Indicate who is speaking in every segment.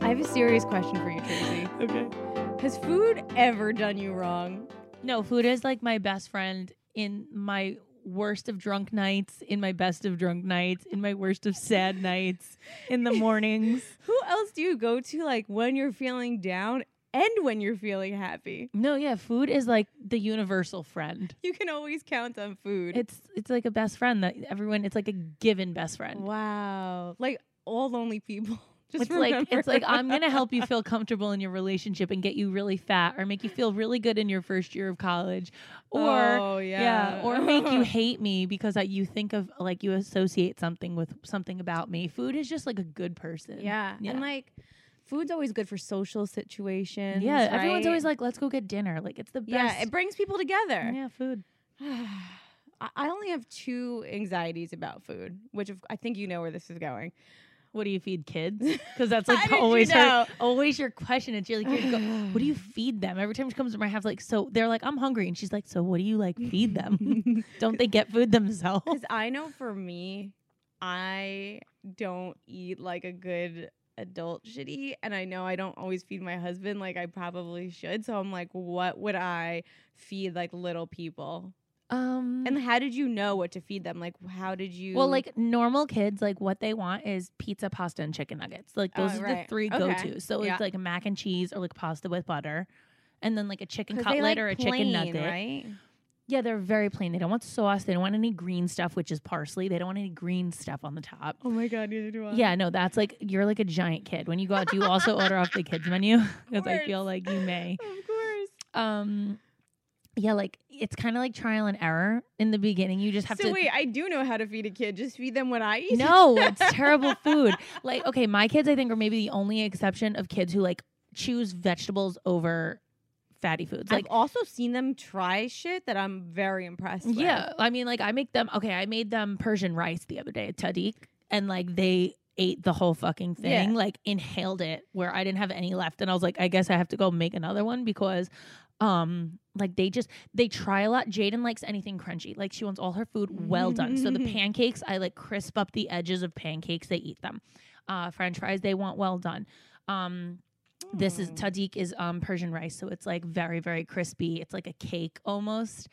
Speaker 1: I have a serious question for you, Tracy.
Speaker 2: Okay.
Speaker 1: Has food ever done you wrong?
Speaker 3: No, food is like my best friend in my worst of drunk nights, in my best of drunk nights, in my worst of sad nights, in the mornings.
Speaker 1: Who else do you go to like when you're feeling down and when you're feeling happy?
Speaker 3: No, yeah, food is like the universal friend.
Speaker 1: You can always count on food.
Speaker 3: It's it's like a best friend that everyone it's like a given best friend.
Speaker 1: wow. Like all lonely people. Just
Speaker 3: it's like
Speaker 1: remember.
Speaker 3: it's like I'm going to help you feel comfortable in your relationship and get you really fat or make you feel really good in your first year of college or
Speaker 1: oh,
Speaker 3: Yeah.
Speaker 1: yeah.
Speaker 3: or make you hate me because uh, you think of like you associate something with something about me. Food is just like a good person.
Speaker 1: yeah.
Speaker 3: Yeah.
Speaker 1: And like food's always good for social situations.
Speaker 3: yeah. Everyone's
Speaker 1: right?
Speaker 3: always like, "Let's go get dinner." Like it's the best.
Speaker 1: Yeah, it brings people together.
Speaker 3: yeah, food.
Speaker 1: I I only have two anxieties about food, which of- I think you know where this is going.
Speaker 3: What do you feed kids? Because that's like
Speaker 1: How did you
Speaker 3: always
Speaker 1: know?
Speaker 3: her, always your question. It's your, like, your go- what do you feed them? Every time she comes to my house, like, so they're like, "I'm hungry," and she's like, "So what do you like feed them? Don't they get food themselves?"
Speaker 1: Because I know for me, I don't eat like a good adult should eat, and I know I don't always feed my husband like I probably should. So I'm like, what would I feed like little people?
Speaker 3: Um,
Speaker 1: And how did you know what to feed them? Like, how did you?
Speaker 3: Well, like normal kids, like what they want is pizza, pasta, and chicken nuggets. Like
Speaker 1: Oh,
Speaker 3: those are the
Speaker 1: right.
Speaker 3: three
Speaker 1: Okay.
Speaker 3: go tos. So
Speaker 1: Yeah.
Speaker 3: it's like mac and cheese or like pasta with butter, and then like a chicken
Speaker 1: 'Cause
Speaker 3: cutlet
Speaker 1: they, like,
Speaker 3: or a chicken
Speaker 1: plain,
Speaker 3: nugget.
Speaker 1: right?
Speaker 3: Yeah, they're very plain. They don't want sauce. They don't want any green stuff, which is parsley. They don't want any green stuff on the top.
Speaker 1: Oh my god, neither do I.
Speaker 3: Yeah, no, that's like you're like a giant kid. When you go out, do you also order off the kids menu? Because I feel
Speaker 1: course.
Speaker 3: like you may.
Speaker 1: of course.
Speaker 3: Um, yeah, like it's kind of like trial and error in the beginning. You just have
Speaker 1: so
Speaker 3: to
Speaker 1: wait, I do know how to feed a kid. Just feed them what I eat.
Speaker 3: No, it's terrible food. Like, okay, my kids, I think, are maybe the only exception of kids who like choose vegetables over fatty foods. Like,
Speaker 1: I've also seen them try shit that I'm very impressed with.
Speaker 3: yeah, I mean, like, I make them, okay, I made them Persian rice the other day at Tadik, and like, they ate the whole fucking thing,
Speaker 1: Yeah.
Speaker 3: like, inhaled it where I didn't have any left. And I was like, I guess I have to go make another one because, um, like they just they try a lot. Jaden likes anything crunchy. Like she wants all her food well done. So the pancakes, I like crisp up the edges of pancakes. They eat them. uh, French fries. They want well done. Um, This is
Speaker 1: Hmm.
Speaker 3: tadik is um, Persian rice, so it's like very very crispy. It's like a cake almost.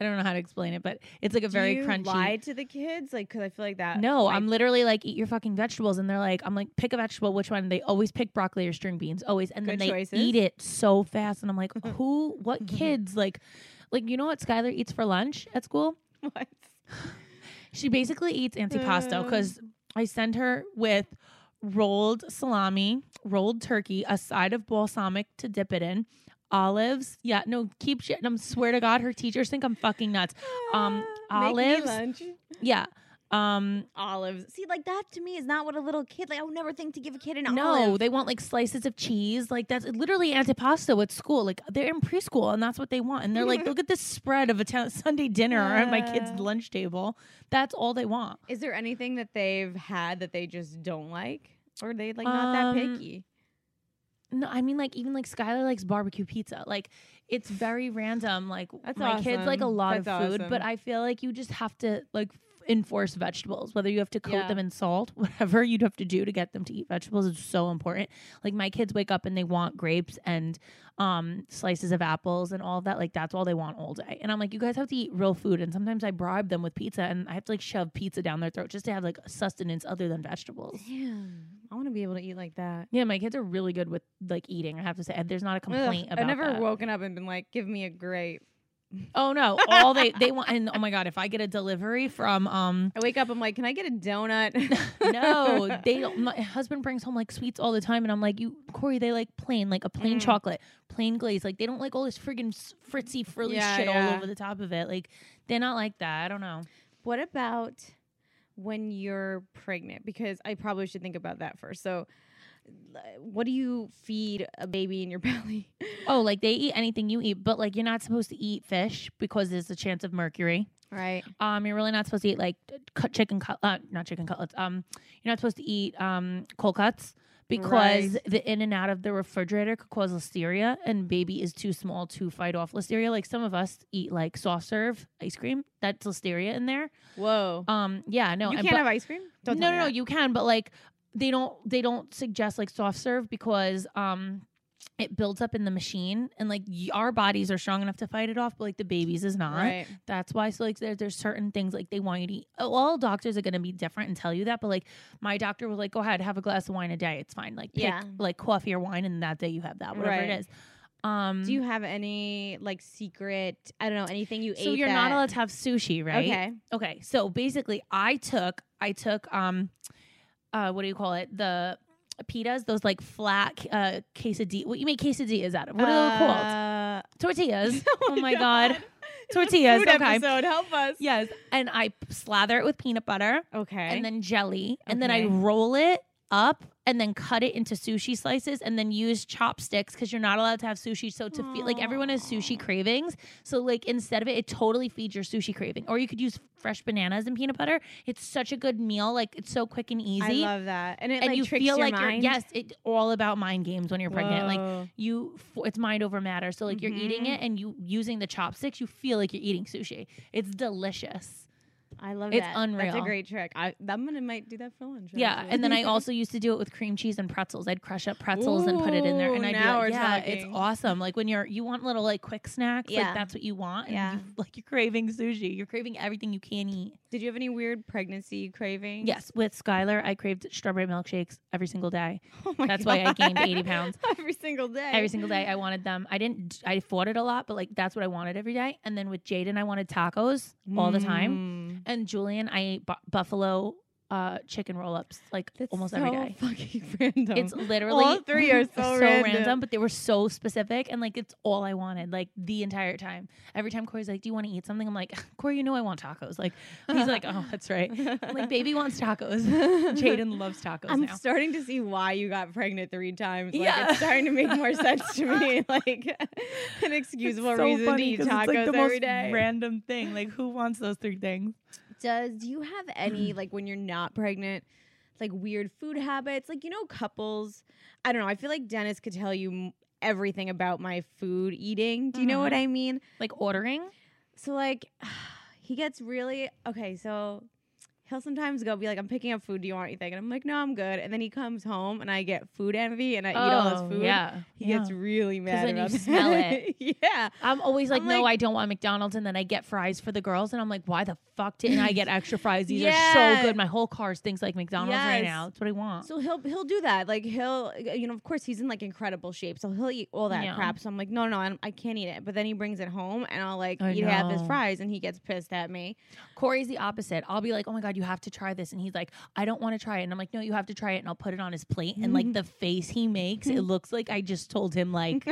Speaker 3: I don't know how to explain it, but it's like a
Speaker 1: Do
Speaker 3: very
Speaker 1: you
Speaker 3: crunchy.
Speaker 1: Lie to the kids, like because I feel like that.
Speaker 3: No,
Speaker 1: might
Speaker 3: I'm literally like eat your fucking vegetables, and they're like, I'm like pick a vegetable. Which one? They always pick broccoli or string beans, always, and then
Speaker 1: Good
Speaker 3: they
Speaker 1: choices. Mm.
Speaker 3: eat it so fast, and I'm like, who? What kids? Like, like you know what Skylar eats for lunch at school?
Speaker 1: What?
Speaker 3: She basically eats antipasto
Speaker 1: Uh.
Speaker 3: because I send her with rolled salami, rolled turkey, a side of balsamic to dip it in, olives. Yeah, no, keep shit. I swear to God, her teachers think I'm fucking nuts. Um,
Speaker 1: Ah, make me
Speaker 3: olives?
Speaker 1: lunch.
Speaker 3: Yeah. Um,
Speaker 1: Olives. See, like that to me is not what a little kid. Like I would never think to give a kid an
Speaker 3: no,
Speaker 1: olive.
Speaker 3: they want like slices of cheese. Like that's literally antipasto at school. Like they're in preschool and that's what they want. And they're like, look at this spread of a t- Sunday dinner at my
Speaker 1: Yeah.
Speaker 3: kid's lunch table. That's all they want.
Speaker 1: Is there anything that they've had that they just don't like, or they like not that
Speaker 3: Um,
Speaker 1: picky?
Speaker 3: No, I mean like even like Skylar likes barbecue pizza. Like it's very random. Like
Speaker 1: That's
Speaker 3: my kids like a
Speaker 1: awesome.
Speaker 3: lot
Speaker 1: That's
Speaker 3: of food, but
Speaker 1: awesome.
Speaker 3: I feel like you just have to like f- enforce vegetables. Whether you have to coat
Speaker 1: Yeah.
Speaker 3: them in salt, whatever you'd have to do to get them to eat vegetables is so important. Like my kids wake up and they want grapes and um slices of apples and all of that. Like that's all they want all day. And I'm like, you guys have to eat real food. And sometimes I bribe them with pizza and I have to like shove pizza down their throat just to have like sustenance other than vegetables.
Speaker 1: Damn, I want to be able to eat like that.
Speaker 3: Yeah, my kids are really good with like eating. I have to say, And there's not a
Speaker 1: Ugh,
Speaker 3: complaint about
Speaker 1: I've never
Speaker 3: that.
Speaker 1: woken up and been like, "Give me a grape."
Speaker 3: oh no, all they they want. And oh my god, if I get a delivery from um,
Speaker 1: I wake up, I'm like, "Can I get a donut?"
Speaker 3: no, they my husband brings home like sweets all the time, and I'm like, you Corey, they like plain, like a plain
Speaker 1: Mm.
Speaker 3: chocolate, plain glaze. Like they don't like all this friggin' s- fritzy frilly
Speaker 1: Yeah,
Speaker 3: shit all
Speaker 1: yeah.
Speaker 3: over the top of it. Like they're not like that. I don't know.
Speaker 1: What about when you're pregnant? Because I probably should think about that first. So, l- what do you feed a baby in your belly?
Speaker 3: Oh, like they eat anything you eat, but like you're not supposed to eat fish because there's a chance of mercury.
Speaker 1: right.
Speaker 3: Um, you're really not supposed to eat like cut chicken, cut, uh, not chicken cutlets. Um, you're not supposed to eat um cold cuts because
Speaker 1: Right.
Speaker 3: the in and out of the refrigerator could cause listeria, and baby is too small to fight off listeria. Like some of us eat like soft serve ice cream, that's listeria in there.
Speaker 1: Whoa.
Speaker 3: Um, yeah, no,
Speaker 1: you
Speaker 3: and
Speaker 1: can't
Speaker 3: but-
Speaker 1: have ice cream. Don't
Speaker 3: no,
Speaker 1: tell
Speaker 3: no,
Speaker 1: me
Speaker 3: no,
Speaker 1: that.
Speaker 3: you can, but like they don't they don't suggest like soft serve because um it builds up in the machine and like y- our bodies are strong enough to fight it off, but like the babies is not.
Speaker 1: Right.
Speaker 3: That's why so like there, there's certain things like they want you to eat. oh, All doctors are gonna be different and tell you that, but like my doctor was like, go ahead, have a glass of wine a day. It's fine. Like pick
Speaker 1: Yeah.
Speaker 3: like coffee or wine, and that day you have that, whatever
Speaker 1: Right.
Speaker 3: it is. Um,
Speaker 1: Do you have any like secret? I don't know anything you ate.
Speaker 3: so you're not
Speaker 1: that-
Speaker 3: allowed to have sushi, right?
Speaker 1: Okay.
Speaker 3: Okay, so basically, I took I took um, uh, what do you call it? The pitas, those like flat uh quesadilla. What you make quesadillas out of? What are they called?
Speaker 1: Uh,
Speaker 3: Tortillas.
Speaker 1: Oh,
Speaker 3: oh my god, tortillas.
Speaker 1: Food
Speaker 3: Okay,
Speaker 1: episode, help us.
Speaker 3: yes. And I slather it with peanut butter
Speaker 1: Okay.
Speaker 3: and then jelly, and then I
Speaker 1: Okay.
Speaker 3: roll it up and then cut it into sushi slices and then use chopsticks because you're not allowed to have sushi so to feed like everyone has sushi
Speaker 1: Aw.
Speaker 3: cravings so like instead of it it totally feeds your sushi craving or you could use fresh bananas and peanut butter it's such a good meal like it's so quick and easy
Speaker 1: I love that, and it
Speaker 3: and
Speaker 1: like
Speaker 3: you
Speaker 1: tricks
Speaker 3: feel
Speaker 1: your
Speaker 3: like
Speaker 1: mind.
Speaker 3: you're yes it's all about mind games when you're pregnant like
Speaker 1: Whoa.
Speaker 3: you f- it's mind over matter so like you're eating
Speaker 1: Mhm.
Speaker 3: it and you using the chopsticks you feel like you're eating sushi it's delicious
Speaker 1: I love
Speaker 3: it's
Speaker 1: that. That's a
Speaker 3: unreal.
Speaker 1: great trick. I I'm gonna might do that for lunch.
Speaker 3: Yeah,
Speaker 1: actually.
Speaker 3: and then I also used to do it with cream cheese and pretzels. I'd crush up pretzels and put it in there, and
Speaker 1: Ooh,
Speaker 3: I'd
Speaker 1: now
Speaker 3: be
Speaker 1: we're
Speaker 3: like, "Yeah, it's
Speaker 1: talking."
Speaker 3: awesome." Like when you're you want little like quick snacks,
Speaker 1: Yeah.
Speaker 3: like that's what you want. And
Speaker 1: Yeah.
Speaker 3: you, like you're craving sushi, you're craving everything you can eat.
Speaker 1: Did you have any weird pregnancy cravings?
Speaker 3: Yes, with Skylar, I craved strawberry milkshakes every single day.
Speaker 1: Oh my
Speaker 3: That's why I gained
Speaker 1: God.
Speaker 3: 80 pounds.
Speaker 1: every single day.
Speaker 3: Every single day, I wanted them. I didn't. I fought it a lot, but like that's what I wanted every day. And then with Jaden, I wanted tacos all the time.
Speaker 1: Mm.
Speaker 3: And Julian, I ate bu- buffalo uh, chicken roll ups like
Speaker 1: That's
Speaker 3: almost
Speaker 1: so
Speaker 3: every day.
Speaker 1: Fucking random.
Speaker 3: It's literally
Speaker 1: All three are so random.
Speaker 3: but they were so specific, and like it's all I wanted, like the entire time. Every time Corey's like, "Do you want to eat something?" I'm like, "Corey, you know I want tacos." Like he's like, "Oh, that's right." I'm like baby wants tacos. Jaden loves tacos
Speaker 1: I'm
Speaker 3: now.
Speaker 1: starting to see why you got pregnant three times. Like
Speaker 3: Yeah.
Speaker 1: it's starting to make more sense to me. Like an excusable reason to eat tacos every day.
Speaker 3: random thing. Like who wants those three things?
Speaker 1: Does do you have any like when you're not pregnant, like weird food habits? Like you know, couples. I don't know. I feel like Dennis could tell you m- everything about my food eating. Do you know what
Speaker 3: Mhm.
Speaker 1: I mean?
Speaker 3: Like ordering.
Speaker 1: So like, he gets really okay. So. He'll sometimes go be like, I'm picking up food. Do you want anything? And I'm like, no, I'm good. And then he comes home and I get food envy and I eat all his food.
Speaker 3: Oh, Yeah,
Speaker 1: He gets really Oh, mad
Speaker 3: then you
Speaker 1: about that.
Speaker 3: smell it.
Speaker 1: yeah.
Speaker 3: I'm always like,
Speaker 1: I'm
Speaker 3: no,
Speaker 1: like-
Speaker 3: I don't want McDonald's, and then I get fries for the girls, and I'm like, why the fuck didn't I get extra fries? These are
Speaker 1: Yeah.
Speaker 3: so good. My whole car stinks like McDonald's right
Speaker 1: Yes.
Speaker 3: now. That's what I want.
Speaker 1: So he'll he'll do that. Like he'll uh, you know of course he's in like incredible shape, so he'll eat all that
Speaker 3: Yeah.
Speaker 1: crap. So I'm like no no I, don't- I can't eat it. But then he brings it home and I'll like
Speaker 3: I
Speaker 1: eat half his
Speaker 3: know.
Speaker 1: fries and he gets pissed at me.
Speaker 3: Corey's the opposite. I'll be like, oh my God, you have to try this. And he's like, I don't want to try it. And I'm like, no, you have to try it. And I'll put it on his plate. And like the face he makes, it looks like I just told him, like,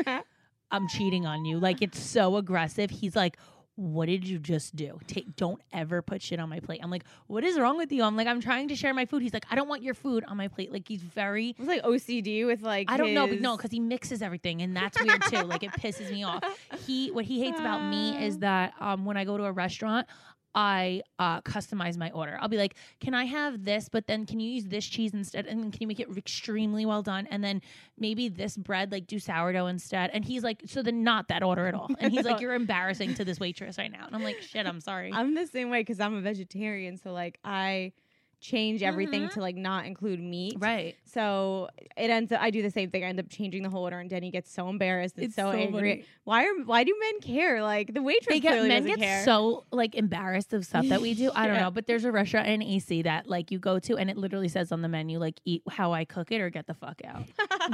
Speaker 3: I'm cheating on you. Like, it's so aggressive. He's like, what did you just do? Take, don't ever put shit on my plate. I'm like, what is wrong with you? I'm like, I'm trying to share my food. He's like, I don't want your food on my plate. Like, he's very,
Speaker 1: It's like OCD with like
Speaker 3: I don't know, but
Speaker 1: his-
Speaker 3: no, because he mixes everything, and that's weird too. Like it pisses me off. He what he hates about me is
Speaker 1: Ah.
Speaker 3: that um, when I go to a restaurant, I uh, customize my order. I'll be like, "Can I have this?" But then, can you use this cheese instead? And then, can you make it extremely well done? And then maybe this bread, like do sourdough instead. And he's like, "So then, not that order at all." And he's like, "You're embarrassing to this waitress right now." And I'm like, "Shit, I'm sorry."
Speaker 1: I'm the same way because I'm a vegetarian, so like I change everything
Speaker 3: Mhm.
Speaker 1: to like not include meat.
Speaker 3: right.
Speaker 1: So it ends up I do the same thing. I end up changing the whole order and Denny gets so embarrassed and
Speaker 3: It's
Speaker 1: so,
Speaker 3: so
Speaker 1: angry.
Speaker 3: funny.
Speaker 1: Why are why do men care? Like the waitress
Speaker 3: They get
Speaker 1: clearly
Speaker 3: men
Speaker 1: doesn't
Speaker 3: get
Speaker 1: care.
Speaker 3: so like embarrassed of stuff that we do. I don't
Speaker 1: Yeah.
Speaker 3: know, but there's a restaurant in AC that like you go to and it literally says on the menu like eat how I cook it or get the fuck out.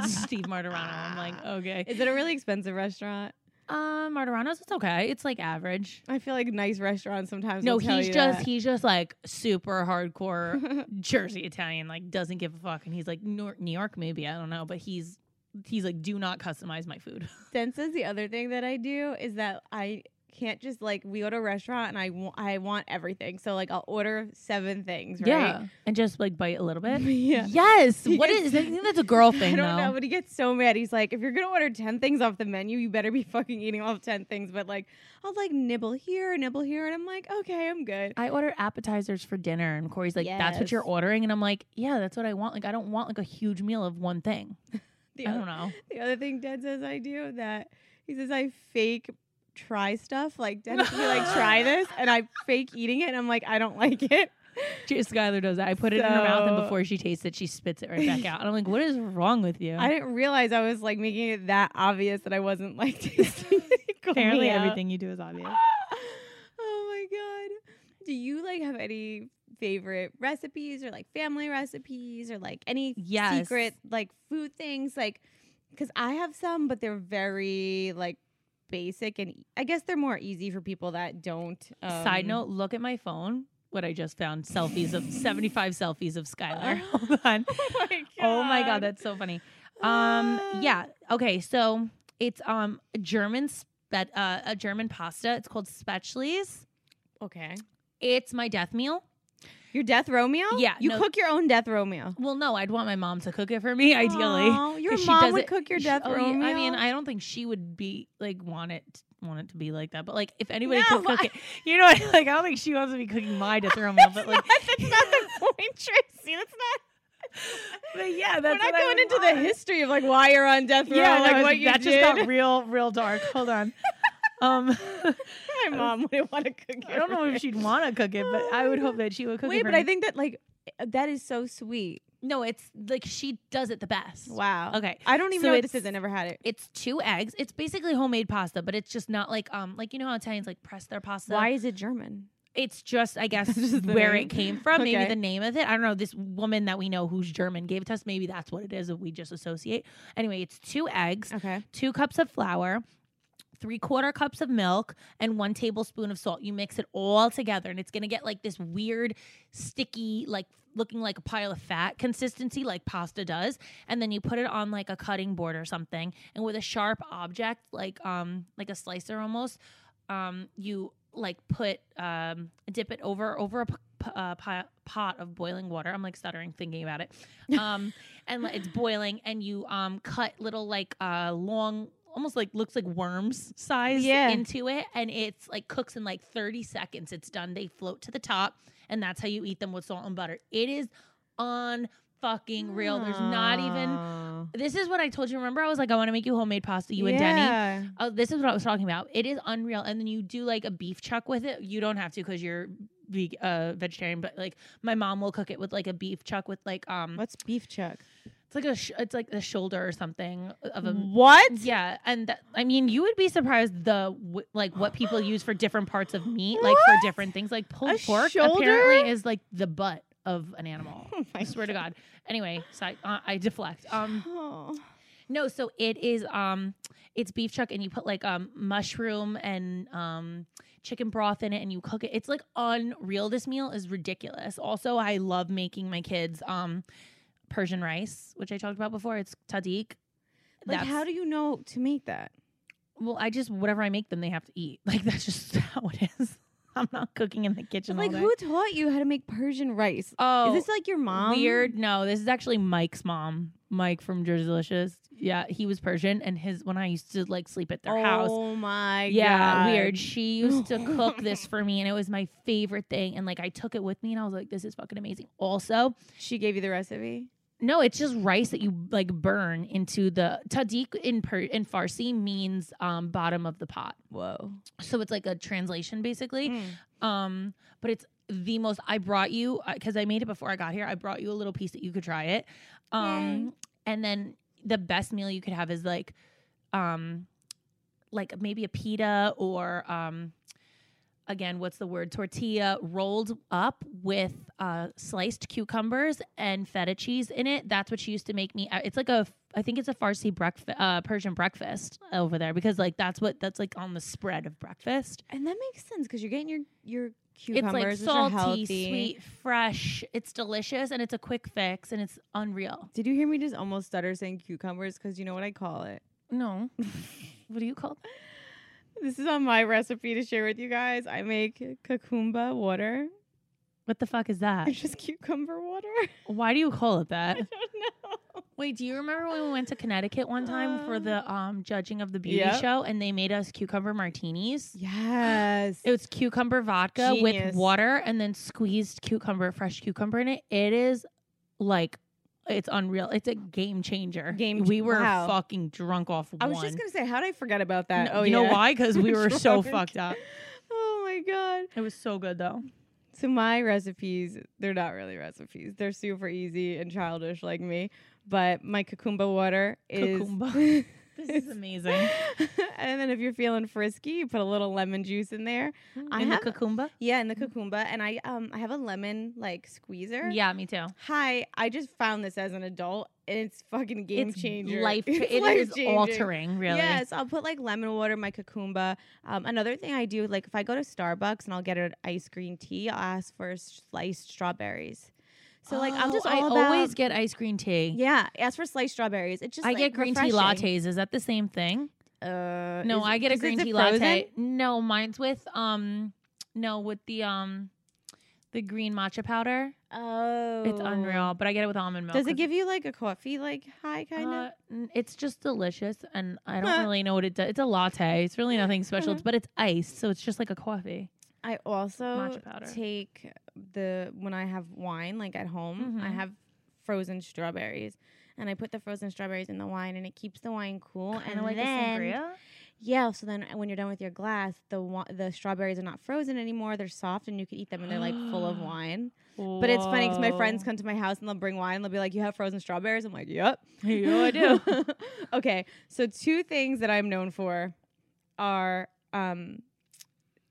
Speaker 3: Steve Martirano. I'm like okay.
Speaker 1: Is it a really expensive restaurant?
Speaker 3: Um, Martirano's it's okay. It's like average.
Speaker 1: I feel like nice restaurants sometimes.
Speaker 3: No,
Speaker 1: will tell
Speaker 3: he's
Speaker 1: you
Speaker 3: just
Speaker 1: that.
Speaker 3: he's just like super hardcore Jersey Italian. Like doesn't give a fuck, and he's like Nor- New York maybe I don't know, but he's he's like do not customize my food.
Speaker 1: Then says the other thing that I do is that I can't just like we go to a restaurant and I wa- I want everything. So like I'll order seven things, right?
Speaker 3: Yeah. And just like bite a little bit.
Speaker 1: yeah.
Speaker 3: Yes.
Speaker 1: He
Speaker 3: What
Speaker 1: gets-
Speaker 3: is? I think that's a girl thing
Speaker 1: I don't
Speaker 3: though.
Speaker 1: know, but he gets so mad. He's like, if you're gonna order ten things off the menu, you better be fucking eating all ten things. But like, I'll like nibble here, nibble here, and I'm like, okay, I'm good.
Speaker 3: I order appetizers for dinner, and Corey's like, "That's what
Speaker 1: Yes.
Speaker 3: you're ordering," and I'm like, "Yeah, that's what I want." Like, I don't want like a huge meal of one thing.
Speaker 1: The
Speaker 3: I
Speaker 1: other-
Speaker 3: don't know.
Speaker 1: The other thing Dad says I do that he says I fake try stuff. Like Dad will be like, try this, and I fake eating it, and I'm like, I don't like it.
Speaker 3: She, Skylar does that. I put it in her mouth, and
Speaker 1: So-
Speaker 3: before she tastes it, she spits it right back out. And I'm like, "What is wrong with you?"
Speaker 1: I didn't realize I was like making it that obvious that I wasn't like tasting. it. It called me
Speaker 3: Apparently,
Speaker 1: out.
Speaker 3: everything you do is obvious.
Speaker 1: oh my god. Do you like have any favorite recipes or like family recipes or like any
Speaker 3: Yes.
Speaker 1: secret like food things like cuz I have some but they're very like basic and e- I guess they're more easy for people that don't um,
Speaker 3: Side note: Look at my phone. What I just found: selfies of 75 selfies of Skylar. Hold on.
Speaker 1: Oh my god.
Speaker 3: Oh my god, that's so funny. Um,
Speaker 1: Ah.
Speaker 3: yeah. Okay, so it's um a German spe- uh, a German pasta. It's called Spechles.
Speaker 1: Okay.
Speaker 3: It's my death meal.
Speaker 1: Your death row meal?
Speaker 3: Yeah,
Speaker 1: You
Speaker 3: no-
Speaker 1: cook your own death row meal.
Speaker 3: Well, no, I'd want my mom to cook it for me, ideally.
Speaker 1: Aw, your
Speaker 3: 'cause she
Speaker 1: mom
Speaker 3: does
Speaker 1: would
Speaker 3: it-
Speaker 1: cook your
Speaker 3: She-
Speaker 1: death
Speaker 3: oh,
Speaker 1: row
Speaker 3: yeah,
Speaker 1: meal.
Speaker 3: I mean, I don't think she would be like want it want it to be like that. But like, if anybody could
Speaker 1: No,
Speaker 3: cook it, you know, what I- like I don't think she wants to be cooking my death row meal. But like,
Speaker 1: that's not the point, Tracy. That's not
Speaker 3: but yeah, that's
Speaker 1: We're
Speaker 3: what
Speaker 1: not
Speaker 3: I
Speaker 1: going
Speaker 3: would
Speaker 1: into
Speaker 3: want.
Speaker 1: the history of like why you're on death row,
Speaker 3: Yeah, no,
Speaker 1: like
Speaker 3: it's-
Speaker 1: what you
Speaker 3: that
Speaker 1: did.
Speaker 3: just got real, real dark. Hold on. Um,
Speaker 1: My mom wouldn't want to cook.
Speaker 3: I don't know if she'd want to cook it, but I would hope that she would cook it.
Speaker 1: Wait,
Speaker 3: for
Speaker 1: but I
Speaker 3: me.
Speaker 1: think that like that is so sweet.
Speaker 3: no, it's like she does it the best.
Speaker 1: Wow.
Speaker 3: Okay,
Speaker 1: I don't even
Speaker 3: So
Speaker 1: know what this
Speaker 3: it's-
Speaker 1: is. I never had it.
Speaker 3: it's two eggs. It's basically homemade pasta, but it's just not like um like you know how Italians like press their pasta.
Speaker 1: is it German?
Speaker 3: It's just I guess
Speaker 1: Just the
Speaker 3: where
Speaker 1: name.
Speaker 3: it came from. Maybe
Speaker 1: Okay.
Speaker 3: the name of it. I don't know. This woman that we know who's German gave it to us. Maybe that's what it is that we just associate. Anyway, it's two eggs,
Speaker 1: Okay.
Speaker 3: two cups of flour. Three quarter cups of milk and one tablespoon of salt. You mix it all together, and it's gonna get like this weird, sticky, like looking like a pile of fat consistency, like pasta does. And then you put it on like a cutting board or something, and with a sharp object, like um, like a slicer almost, um, you like put um, dip it over over a p- p- uh, pi- pot of boiling water. I'm like stuttering thinking about it. Um, and like, it's boiling, and you um cut little like uh long. Almost like looks like worms size
Speaker 1: Yeah.
Speaker 3: into it, and it's like cooks in like 30 seconds. It's done. They float to the top, and that's how you eat them with salt and butter. It is on fucking real. There's not even. This is what I told you. Remember, I was like, I want to make you homemade pasta, you and Denny.
Speaker 1: Denny.
Speaker 3: Oh, this is what I was talking about. It is unreal. And then you do like a beef chuck with it. You don't have to because you're veg- uh, vegetarian, but like my mom will cook it with like a beef chuck with like um,
Speaker 1: What's beef chuck?
Speaker 3: it's like a sh- it's like the shoulder or something of a.
Speaker 1: What?
Speaker 3: Yeah, and th- I mean, you would be surprised the w- like what people use for different parts of meat, like
Speaker 1: What?
Speaker 3: for different things. Like pulled
Speaker 1: A
Speaker 3: pork
Speaker 1: shoulder?
Speaker 3: apparently is like the butt of an animal.
Speaker 1: Oh my
Speaker 3: I swear to God. Anyway, so I, uh, I deflect. Um,
Speaker 1: Oh.
Speaker 3: no, so it is um it's beef chuck and you put like um mushroom and um chicken broth in it and you cook it. It's like unreal. This meal is ridiculous. Also, I love making my kids um Persian rice, which I talked about before. It's tadik.
Speaker 1: Like,
Speaker 3: That's-
Speaker 1: how do you know to make that?
Speaker 3: well, I just whatever I make them, they have to eat. Like that's just how it is. I'm not cooking in the kitchen.
Speaker 1: Like,
Speaker 3: all day.
Speaker 1: who taught you how to make Persian rice?
Speaker 3: Oh,
Speaker 1: is this like your mom?
Speaker 3: Weird. No, this is actually Mike's mom. Mike from Jersey Delicious. Yeah, he was Persian, and his when I used to like sleep at their house.
Speaker 1: Oh my
Speaker 3: Yeah,
Speaker 1: god.
Speaker 3: weird. She used to cook this for me, and it was my favorite thing. And like, I took it with me, and I was like, "This is fucking amazing." Also,
Speaker 1: She gave you the recipe?
Speaker 3: no, it's just rice that you like burn into the tadik in per, in Farsi means um, bottom of the pot,
Speaker 1: Whoa.
Speaker 3: so it's like a translation basically. Um, but it's the most. I brought you because I made it before I got here. I brought you a little piece that you could try it. Um, and then the best meal you could have is like, um, like maybe a pita or um, again, what's the word? Tortilla rolled up with uh sliced cucumbers and feta cheese in it. That's what she used to make me. uh, It's like a. I think it's a Farsi breakfast, uh, Persian breakfast over there because like that's what that's like on the spread of breakfast.
Speaker 1: And that makes sense because you're getting your your
Speaker 3: It's
Speaker 1: cucumbers.
Speaker 3: like
Speaker 1: which are
Speaker 3: salty,
Speaker 1: healthy.
Speaker 3: sweet, fresh. It's delicious and it's a quick fix and it's unreal.
Speaker 1: Did you hear me just almost stutter saying cucumbers? Because you know what I call it?
Speaker 3: No. what do you call
Speaker 1: This is on my recipe to share with you guys. I make cucumba water.
Speaker 3: What the fuck is that?
Speaker 1: It's just cucumber water.
Speaker 3: Why do you call it that?
Speaker 1: I don't know.
Speaker 3: Wait, do you remember when we went to Connecticut one time for the um judging of the beauty
Speaker 1: Yep.
Speaker 3: show and they made us cucumber martinis?
Speaker 1: Yes.
Speaker 3: It was cucumber vodka with
Speaker 1: Genius.
Speaker 3: water and then squeezed cucumber, fresh cucumber in it. It is like it's unreal. It's a game changer.
Speaker 1: Game ch-
Speaker 3: We were
Speaker 1: wow.
Speaker 3: fucking drunk off
Speaker 1: I
Speaker 3: one.
Speaker 1: was just gonna say, how did I forget about that?
Speaker 3: No-
Speaker 1: oh,
Speaker 3: you know
Speaker 1: yeah.
Speaker 3: why? Because we were so
Speaker 1: Drunk.
Speaker 3: fucked up.
Speaker 1: Oh my god.
Speaker 3: It was so good though.
Speaker 1: So my recipes, they're not really recipes. They're super easy and childish like me. But my cucumba water is
Speaker 3: Cucumba. This is amazing.
Speaker 1: and then if you're feeling frisky, you put a little lemon juice in there. I
Speaker 3: In the
Speaker 1: have-
Speaker 3: cucumba?
Speaker 1: Yeah, in the cucumba. And I um I have a lemon like squeezer.
Speaker 3: Yeah, me too.
Speaker 1: Hi, I just found this as an adult and it's fucking game
Speaker 3: it's
Speaker 1: changer.
Speaker 3: Life,
Speaker 1: It's
Speaker 3: it is
Speaker 1: life-changing.
Speaker 3: altering, really.
Speaker 1: Yes, I'll put like lemon water in my cucumba. Um, another thing I do, like if I go to Starbucks and I'll get an ice green tea, I'll ask for sliced strawberries. So like I'm
Speaker 3: Oh,
Speaker 1: just
Speaker 3: I
Speaker 1: all about,
Speaker 3: always get ice green tea.
Speaker 1: yeah, ask for sliced strawberries. It's just
Speaker 3: I
Speaker 1: like,
Speaker 3: get green tea
Speaker 1: refreshing.
Speaker 3: lattes. Is that the same thing?
Speaker 1: Uh,
Speaker 3: No,
Speaker 1: is
Speaker 3: I
Speaker 1: it-
Speaker 3: get a
Speaker 1: is- is
Speaker 3: green
Speaker 1: it
Speaker 3: tea
Speaker 1: frozen?
Speaker 3: latte. No, mine's with um no, with the um the green matcha powder.
Speaker 1: Oh,
Speaker 3: It's unreal, but I get it with almond milk.
Speaker 1: Does it
Speaker 3: 'cause,
Speaker 1: give you like a coffee like high kind of?
Speaker 3: uh, n- it's just delicious and I don't
Speaker 1: Huh.
Speaker 3: really know what it does. It's a latte. It's really nothing special,
Speaker 1: Uh-huh.
Speaker 3: but it's iced, so it's just like a coffee.
Speaker 1: I also
Speaker 3: Matcha powder.
Speaker 1: take the when I have wine like at home, I
Speaker 3: Mhm.
Speaker 1: have frozen strawberries. And I put the frozen strawberries in the wine, and it keeps the wine cool. and
Speaker 3: Kinda like
Speaker 1: then,
Speaker 3: a sangria.
Speaker 1: yeah, so then uh, when you're done with your glass, the wa- the strawberries are not frozen anymore; they're soft, and you can eat them, and they're like full of wine. But it's funny because my friends
Speaker 3: Whoa.
Speaker 1: come to my house and they'll bring wine. and They'll be like, "You have frozen strawberries?" I'm like, "Yep."
Speaker 3: Yeah, I do.
Speaker 1: okay, so two things that I'm known for are um,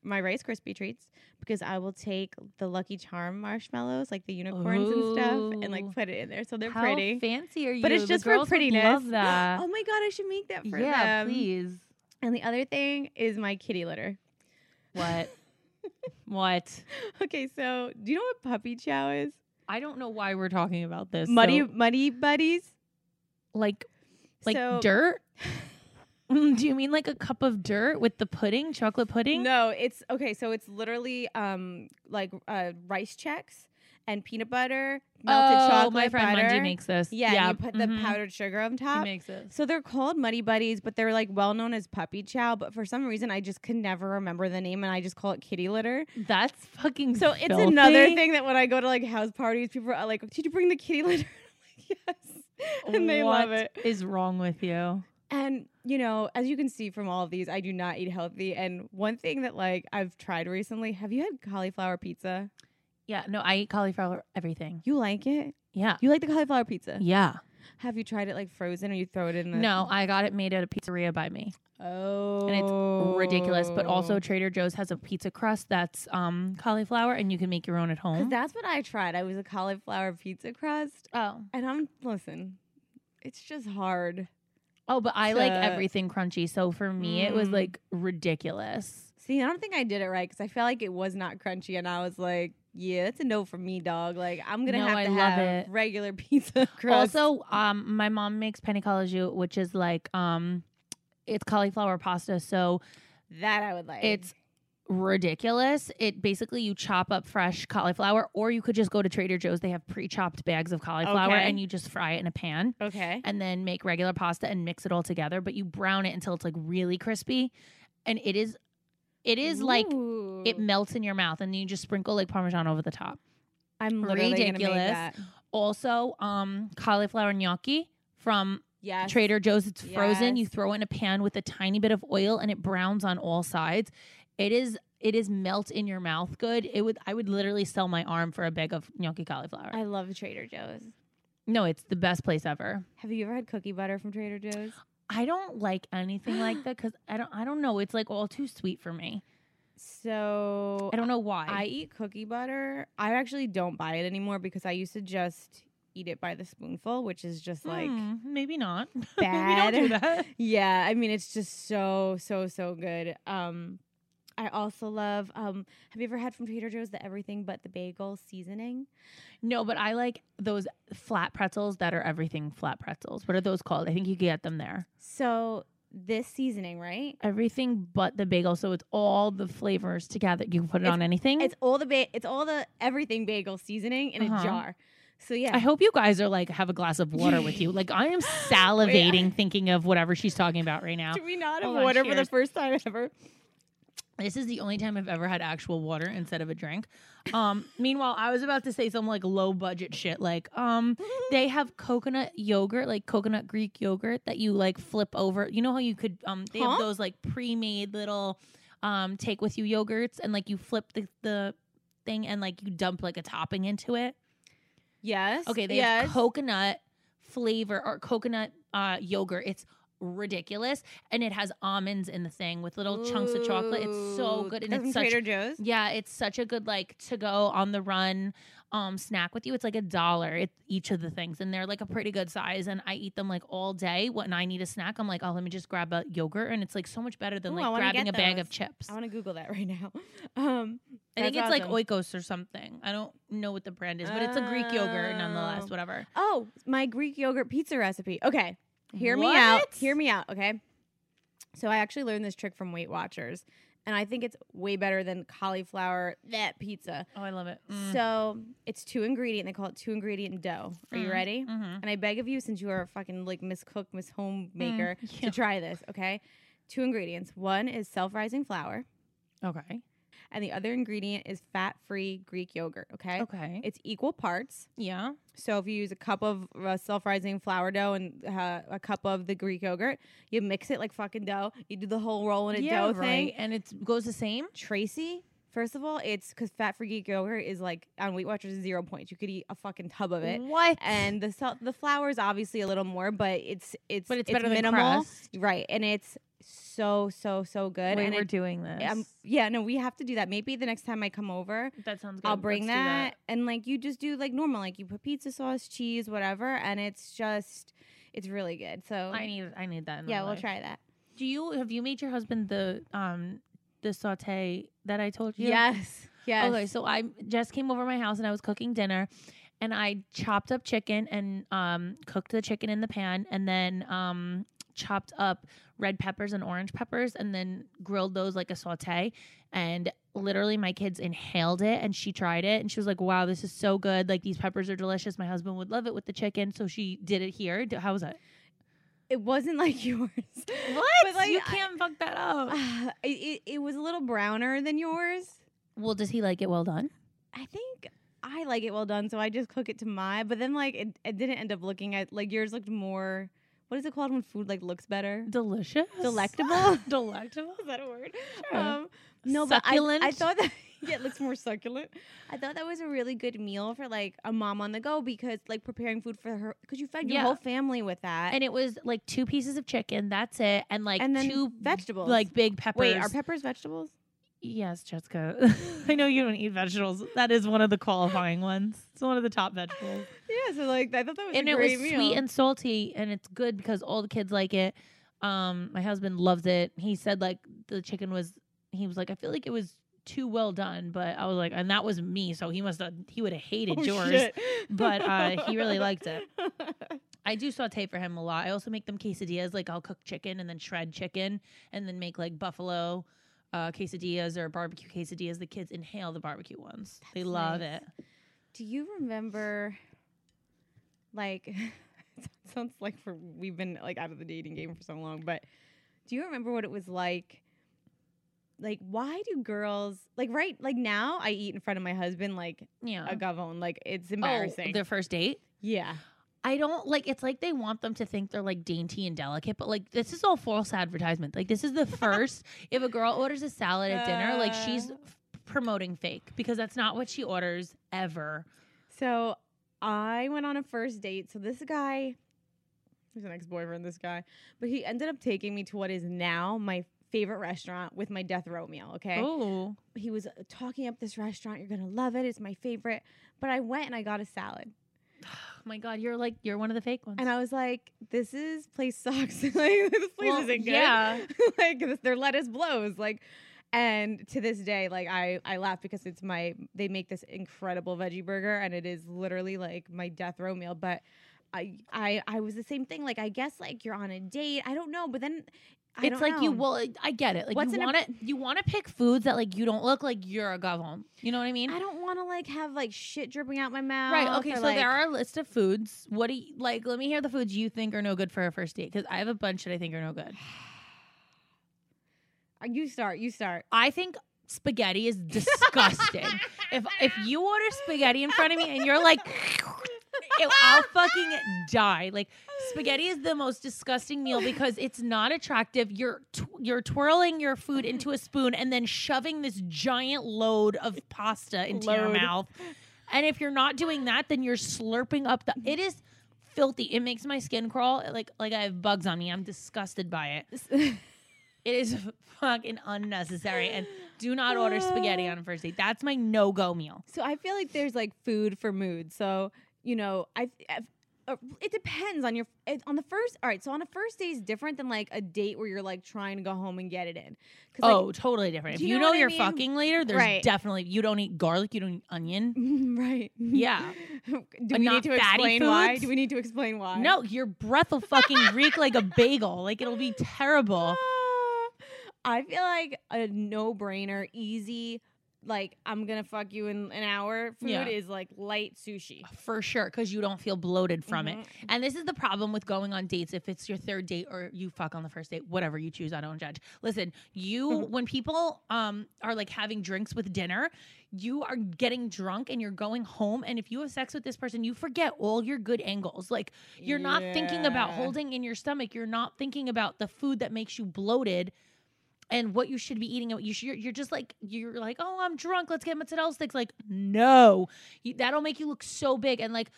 Speaker 1: my Rice Krispie treats because I will take the Lucky Charm marshmallows, like the unicorns and stuff, and
Speaker 3: Ooh.
Speaker 1: like put it in there so they're
Speaker 3: How
Speaker 1: pretty.
Speaker 3: fancy are you?
Speaker 1: but it's
Speaker 3: The
Speaker 1: just for
Speaker 3: girls would
Speaker 1: prettiness.
Speaker 3: Love that.
Speaker 1: oh my god, I should make that for
Speaker 3: yeah,
Speaker 1: them.
Speaker 3: please.
Speaker 1: And the other thing is my kitty litter.
Speaker 3: What? what?
Speaker 1: Okay, so do you know what puppy chow is?
Speaker 3: I don't know why we're talking about this.
Speaker 1: Muddy
Speaker 3: so-
Speaker 1: muddy buddies.
Speaker 3: like like
Speaker 1: So-
Speaker 3: dirt. Mm, Do you mean like a cup of dirt with the pudding, chocolate pudding?
Speaker 1: No, it's okay. So it's literally um like uh, rice checks and peanut butter, melted
Speaker 3: oh,
Speaker 1: chocolate
Speaker 3: my friend
Speaker 1: butter.
Speaker 3: Mundy makes this.
Speaker 1: yeah, and you put the
Speaker 3: mhm.
Speaker 1: powdered sugar on
Speaker 3: He
Speaker 1: top.
Speaker 3: makes this.
Speaker 1: So they're called Muddy Buddies, but they're like well known as Puppy Chow. But for some reason, I just can never remember the name, and I just call it kitty litter.
Speaker 3: That's fucking.
Speaker 1: So it's
Speaker 3: filthy.
Speaker 1: another thing that when I go to like house parties, people are like, "Did you bring the kitty litter?" I'm like, yes, and they love
Speaker 3: What
Speaker 1: it.
Speaker 3: Is wrong with you?
Speaker 1: And you know, as you can see from all of these, I do not eat healthy. And one thing that like I've tried recently, have you had cauliflower pizza?
Speaker 3: Yeah. No, I eat cauliflower everything.
Speaker 1: You like it?
Speaker 3: Yeah.
Speaker 1: You like the cauliflower pizza?
Speaker 3: Yeah.
Speaker 1: Have you tried it like frozen or you throw it in the
Speaker 3: No, I got it made at a pizzeria by me.
Speaker 1: Oh.
Speaker 3: Ridiculous. But also Trader Joe's has a pizza crust that's um cauliflower and you can make your own at
Speaker 1: 'Cause
Speaker 3: home.
Speaker 1: that's what I tried. I was a cauliflower pizza crust.
Speaker 3: oh.
Speaker 1: And I'm listen, it's just hard.
Speaker 3: Oh, but I like
Speaker 1: to-
Speaker 3: everything crunchy. So for me, it was
Speaker 1: Mm.
Speaker 3: like ridiculous.
Speaker 1: See, I don't think I did it right because I felt like it was not crunchy, and I was like, "Yeah, it's a no for me, dog." Like, I'm gonna
Speaker 3: No,
Speaker 1: have
Speaker 3: I
Speaker 1: to
Speaker 3: love
Speaker 1: have
Speaker 3: it.
Speaker 1: regular pizza crust.
Speaker 3: Also, um, my mom makes penne colajoux, which is like um, it's cauliflower pasta. So
Speaker 1: that I would like.
Speaker 3: it's ridiculous. It basically you chop up fresh cauliflower, or you could just go to Trader Joe's. They have pre-chopped bags of cauliflower,
Speaker 1: Okay.
Speaker 3: and you just fry it in a pan.
Speaker 1: okay.
Speaker 3: And then make regular pasta and mix it all together, but you brown it until it's like really crispy, and it is, it is like it melts in your mouth, and then you just sprinkle like parmesan over the top.
Speaker 1: I'm literally Gonna
Speaker 3: ridiculous.
Speaker 1: make that.
Speaker 3: Also, um, cauliflower gnocchi from
Speaker 1: Yes.
Speaker 3: Trader Joe's. It's frozen. You
Speaker 1: Yes.
Speaker 3: throw in a pan with a tiny bit of oil, and it browns on all sides. It is it is melt in your mouth good. It would I would literally sell my arm for a bag of gnocchi cauliflower.
Speaker 1: I love Trader Joe's.
Speaker 3: no, it's the best place ever.
Speaker 1: Have you ever had cookie butter from Trader Joe's?
Speaker 3: I don't like anything like that because I don't I don't know. It's like all too sweet for me.
Speaker 1: So
Speaker 3: I don't know why.
Speaker 1: I eat cookie butter. I actually don't buy it anymore because I used to just eat it by the spoonful, which is just like
Speaker 3: Hmm, maybe not.
Speaker 1: bad.
Speaker 3: we don't do that.
Speaker 1: Yeah, I mean it's just so so so good. Um I also love um have you ever had from Trader Joe's the everything but the bagel seasoning?
Speaker 3: No, but I like those flat pretzels that are everything flat pretzels. What are those called? I think you can get them there.
Speaker 1: So this seasoning, right?
Speaker 3: Everything but the bagel. So it's all the flavors together. You can put it on anything.
Speaker 1: It's all the ba- it's all the everything bagel seasoning in
Speaker 3: Mm-hmm. Uh-huh.
Speaker 1: a jar. So yeah,
Speaker 3: I hope you guys are like have a glass of water with you. Like
Speaker 1: Oh,
Speaker 3: I am salivating thinking of whatever she's talking about right now.
Speaker 1: do we not have
Speaker 3: Hold on,
Speaker 1: water for the
Speaker 3: cheers.
Speaker 1: first time ever?
Speaker 3: This is the only time I've ever had actual water instead of a drink. Um, meanwhile, I was about to say some like low budget shit. Like, um, they have coconut yogurt, like coconut Greek yogurt that you like flip over. You know how you could um they
Speaker 1: Huh?
Speaker 3: have those like pre-made little um take with you yogurts and like you flip the the thing and like you dump like a topping into it.
Speaker 1: Yes.
Speaker 3: Okay, they
Speaker 1: yes.
Speaker 3: have coconut flavor or coconut uh, yogurt. It's ridiculous, and it has almonds in the thing with little chunks of chocolate. It's so
Speaker 1: Ooh,
Speaker 3: good, and
Speaker 1: that's
Speaker 3: it's
Speaker 1: from
Speaker 3: such
Speaker 1: Trader Joe's.
Speaker 3: yeah, it's such a good like to go on the run um snack with you. It's like a dollar it, each of the things, and they're like a pretty good size. And I eat them like all day. When I need a snack, I'm like, oh, let me just grab a yogurt, and it's like so much better than
Speaker 1: Ooh, I
Speaker 3: like
Speaker 1: wanna
Speaker 3: grabbing a
Speaker 1: get
Speaker 3: bag
Speaker 1: those.
Speaker 3: of chips.
Speaker 1: I want to Google that right now. Um,
Speaker 3: I think it's
Speaker 1: that's awesome.
Speaker 3: like Oikos or something. I don't know what the brand is, but it's a Greek yogurt
Speaker 1: Oh.
Speaker 3: nonetheless. Whatever.
Speaker 1: Oh, my Greek yogurt pizza recipe. Okay. Hear me out.
Speaker 3: What?
Speaker 1: Hear me out, okay? So I actually learned this trick from Weight Watchers, and I think it's way better than cauliflower that pizza.
Speaker 3: Oh, I love it.
Speaker 1: So it's two ingredient. They call it two ingredient dough. Are you
Speaker 3: Mm,
Speaker 1: ready?
Speaker 3: mm-hmm.
Speaker 1: And I beg of you, since you are a fucking like Miss Cook, Miss Homemaker,
Speaker 3: Mm. yeah.
Speaker 1: to try this, okay? Two ingredients. One is self rising flour,
Speaker 3: Okay.
Speaker 1: and the other ingredient is fat free Greek yogurt, okay?
Speaker 3: Okay.
Speaker 1: It's equal parts.
Speaker 3: yeah.
Speaker 1: So if you use a cup of uh, self-rising flour dough and uh, a cup of the Greek yogurt, you mix it like fucking dough. You do the whole roll in a
Speaker 3: yeah,
Speaker 1: dough
Speaker 3: right.
Speaker 1: thing.
Speaker 3: and it goes the same.
Speaker 1: Tracy, first of all, it's because fat-free Greek yogurt is like on Weight Watchers zero points. You could eat a fucking tub of it.
Speaker 3: What?
Speaker 1: And the salt, the flour is obviously a little more, but it's it's
Speaker 3: but it's, better
Speaker 1: minimal,
Speaker 3: than crust.
Speaker 1: right? And it's so so so good.
Speaker 3: Wait,
Speaker 1: and
Speaker 3: we're
Speaker 1: it-
Speaker 3: doing this.
Speaker 1: um, yeah, no, we have to do that. Maybe the next time I come over,
Speaker 3: that sounds good.
Speaker 1: I'll bring
Speaker 3: Let's do
Speaker 1: that, and like you just do like normal, like you put pizza sauce, cheese, whatever, and it's just it's really good. So
Speaker 3: I need. I need that. In my
Speaker 1: yeah, we'll
Speaker 3: life.
Speaker 1: try that.
Speaker 3: Do you have you made your husband the um the saute that I told you?
Speaker 1: Yes, yes.
Speaker 3: Okay, so I Jess came over my house and I was cooking dinner, and I chopped up chicken and um, cooked the chicken in the pan, and then um, chopped up red peppers and orange peppers, and then grilled those like a saute. And literally, my kids inhaled it, and she tried it, and she was like, "Wow, this is so good! Like these peppers are delicious. My husband would love it with the chicken." So she did it here. D- How was it?
Speaker 1: it wasn't like yours.
Speaker 3: What?
Speaker 1: But, like,
Speaker 3: you
Speaker 1: I-
Speaker 3: can't fuck that up.
Speaker 1: Uh, it, it it was a little browner than yours.
Speaker 3: Well, does he like it well done?
Speaker 1: I think I like it well done, so I just cook it to my. But then like it, it didn't end up looking at like yours looked more. What is it called when food like looks better?
Speaker 3: Delicious,
Speaker 1: Delectable?
Speaker 3: delectable.
Speaker 1: Is that a word?
Speaker 3: Sure.
Speaker 1: Um, no, but I, I
Speaker 3: Succulent?
Speaker 1: thought that yeah, it looks more succulent. I thought that was a really good meal for like a mom on the go because like preparing food for her because you fed your
Speaker 3: Yeah.
Speaker 1: whole family with that.
Speaker 3: and it was like two pieces of chicken. That's it, and like
Speaker 1: And then
Speaker 3: two
Speaker 1: vegetables.
Speaker 3: like big peppers.
Speaker 1: Wait, are peppers vegetables?
Speaker 3: yes, Jessica. I know you don't eat vegetables. That is one of the qualifying ones. It's one of the top vegetables.
Speaker 1: Yeah, so like I thought that was
Speaker 3: and
Speaker 1: a
Speaker 3: it was
Speaker 1: great meal.
Speaker 3: sweet and salty, and it's good because all the kids like it. Um, my husband loves it. He said like the chicken was. He was like, I feel like it was too well done, but I was like, and that was me, so he must have he would have hated
Speaker 1: Oh,
Speaker 3: yours.
Speaker 1: shit.
Speaker 3: but, uh, he really liked it. I do saute for him a lot. I also make them quesadillas. Like I'll cook chicken and then shred chicken and then make like buffalo uh, quesadillas or barbecue quesadillas. The kids inhale the barbecue ones. they
Speaker 1: That's
Speaker 3: love
Speaker 1: nice.
Speaker 3: it.
Speaker 1: Do you remember, like, it sounds like for we've been like out of the dating game for so long, but do you remember what it was like? Like, why do girls like right like now? I eat in front of my husband like
Speaker 3: Yeah.
Speaker 1: a gavone, like it's
Speaker 3: Uh-huh. Oh,
Speaker 1: embarrassing.
Speaker 3: their first date.
Speaker 1: yeah,
Speaker 3: I don't like. It's like they want them to think they're like dainty and delicate, but like this is all false advertisement. Like this is the first. if a girl orders a salad at dinner, like she's
Speaker 1: Uh.
Speaker 3: f- promoting fake because that's not what she orders ever.
Speaker 1: So I went on a first date. So this guy, he's an ex boyfriend, this guy, but he ended up taking me to what is now my favorite restaurant with my death row meal. Okay.
Speaker 3: Oh,
Speaker 1: He was uh, talking up this restaurant. You're going to love it. It's my favorite. But I went and I got a salad.
Speaker 3: Oh my god, you're like you're one of the fake ones.
Speaker 1: And I was like, this is place sucks. like, this place
Speaker 3: Well,
Speaker 1: isn't good.
Speaker 3: yeah.
Speaker 1: like, this, their lettuce blows. Like, and to this day, like, I, I laugh because it's my, they make this incredible veggie burger and it is literally like my death row meal. But I, I, I was the same thing. Like, I guess like you're on a date. I don't know. But then I
Speaker 3: It's
Speaker 1: don't
Speaker 3: like you
Speaker 1: know.
Speaker 3: will. I get it. Like
Speaker 1: What's
Speaker 3: you
Speaker 1: in a-
Speaker 3: want to you want to pick foods that like you don't look like you're a gavon. You know what I mean?
Speaker 1: I don't want to like have like shit dripping out my mouth.
Speaker 3: Right. Okay.
Speaker 1: or,
Speaker 3: So
Speaker 1: like-
Speaker 3: there are a list of foods. What do you like? Let me hear the foods you think are no good for a first date because I have a bunch that I think are no good.
Speaker 1: Uh, You start. You start.
Speaker 3: I think spaghetti is disgusting. if if you order spaghetti in front of me and you're like, "Ew," I'll fucking die. Like spaghetti is the most disgusting meal because it's not attractive. You're tw- you're twirling your food into a spoon and then shoving this giant load of pasta into your
Speaker 1: Load.
Speaker 3: mouth. And if you're not doing that, then you're slurping up the. It is filthy. It makes my skin crawl. It, Like like I have bugs on me. I'm disgusted by it. It is fucking unnecessary. And do not order spaghetti on a first date. That's my no go meal.
Speaker 1: So I feel like there's like food for mood. So you know, I. I've, uh, it depends on your it, on the first. All right, so on a first date is different than like a date where you're like trying to go home and get it in. 'Cause, like,
Speaker 3: Oh, totally different. If
Speaker 1: do you
Speaker 3: you,
Speaker 1: know
Speaker 3: know,
Speaker 1: what I
Speaker 3: you're
Speaker 1: mean?
Speaker 3: fucking later, there's
Speaker 1: Right.
Speaker 3: definitely you don't eat garlic, you don't eat onion.
Speaker 1: right.
Speaker 3: Yeah.
Speaker 1: Do
Speaker 3: But
Speaker 1: we
Speaker 3: not
Speaker 1: need to
Speaker 3: fatty
Speaker 1: explain why?
Speaker 3: foods?
Speaker 1: Do we need to explain why?
Speaker 3: No, your breath will fucking reek like a bagel. Like it'll be terrible.
Speaker 1: Ah. I feel like a no-brainer, easy. Like I'm gonna fuck you in an hour. Food
Speaker 3: Yeah.
Speaker 1: is like light sushi.
Speaker 3: For sure, because you don't feel bloated from it.
Speaker 1: Mhm.
Speaker 3: And this is the problem with going on dates. If it's your third date or you fuck on the first date, whatever you choose, I don't judge. Listen, you
Speaker 1: Mhm.
Speaker 3: when people um are like having drinks with dinner, you are getting drunk and you're going home. And if you have sex with this person, you forget all your good angles. Like you're not thinking about
Speaker 1: Yeah.
Speaker 3: holding in your stomach. You're not thinking about the food that makes you bloated. And what you should be eating, and what you should, you're, you're just like you're like, oh, I'm drunk. Let's get mozzarella sticks. Like, no, you, that'll make you look so big. And like,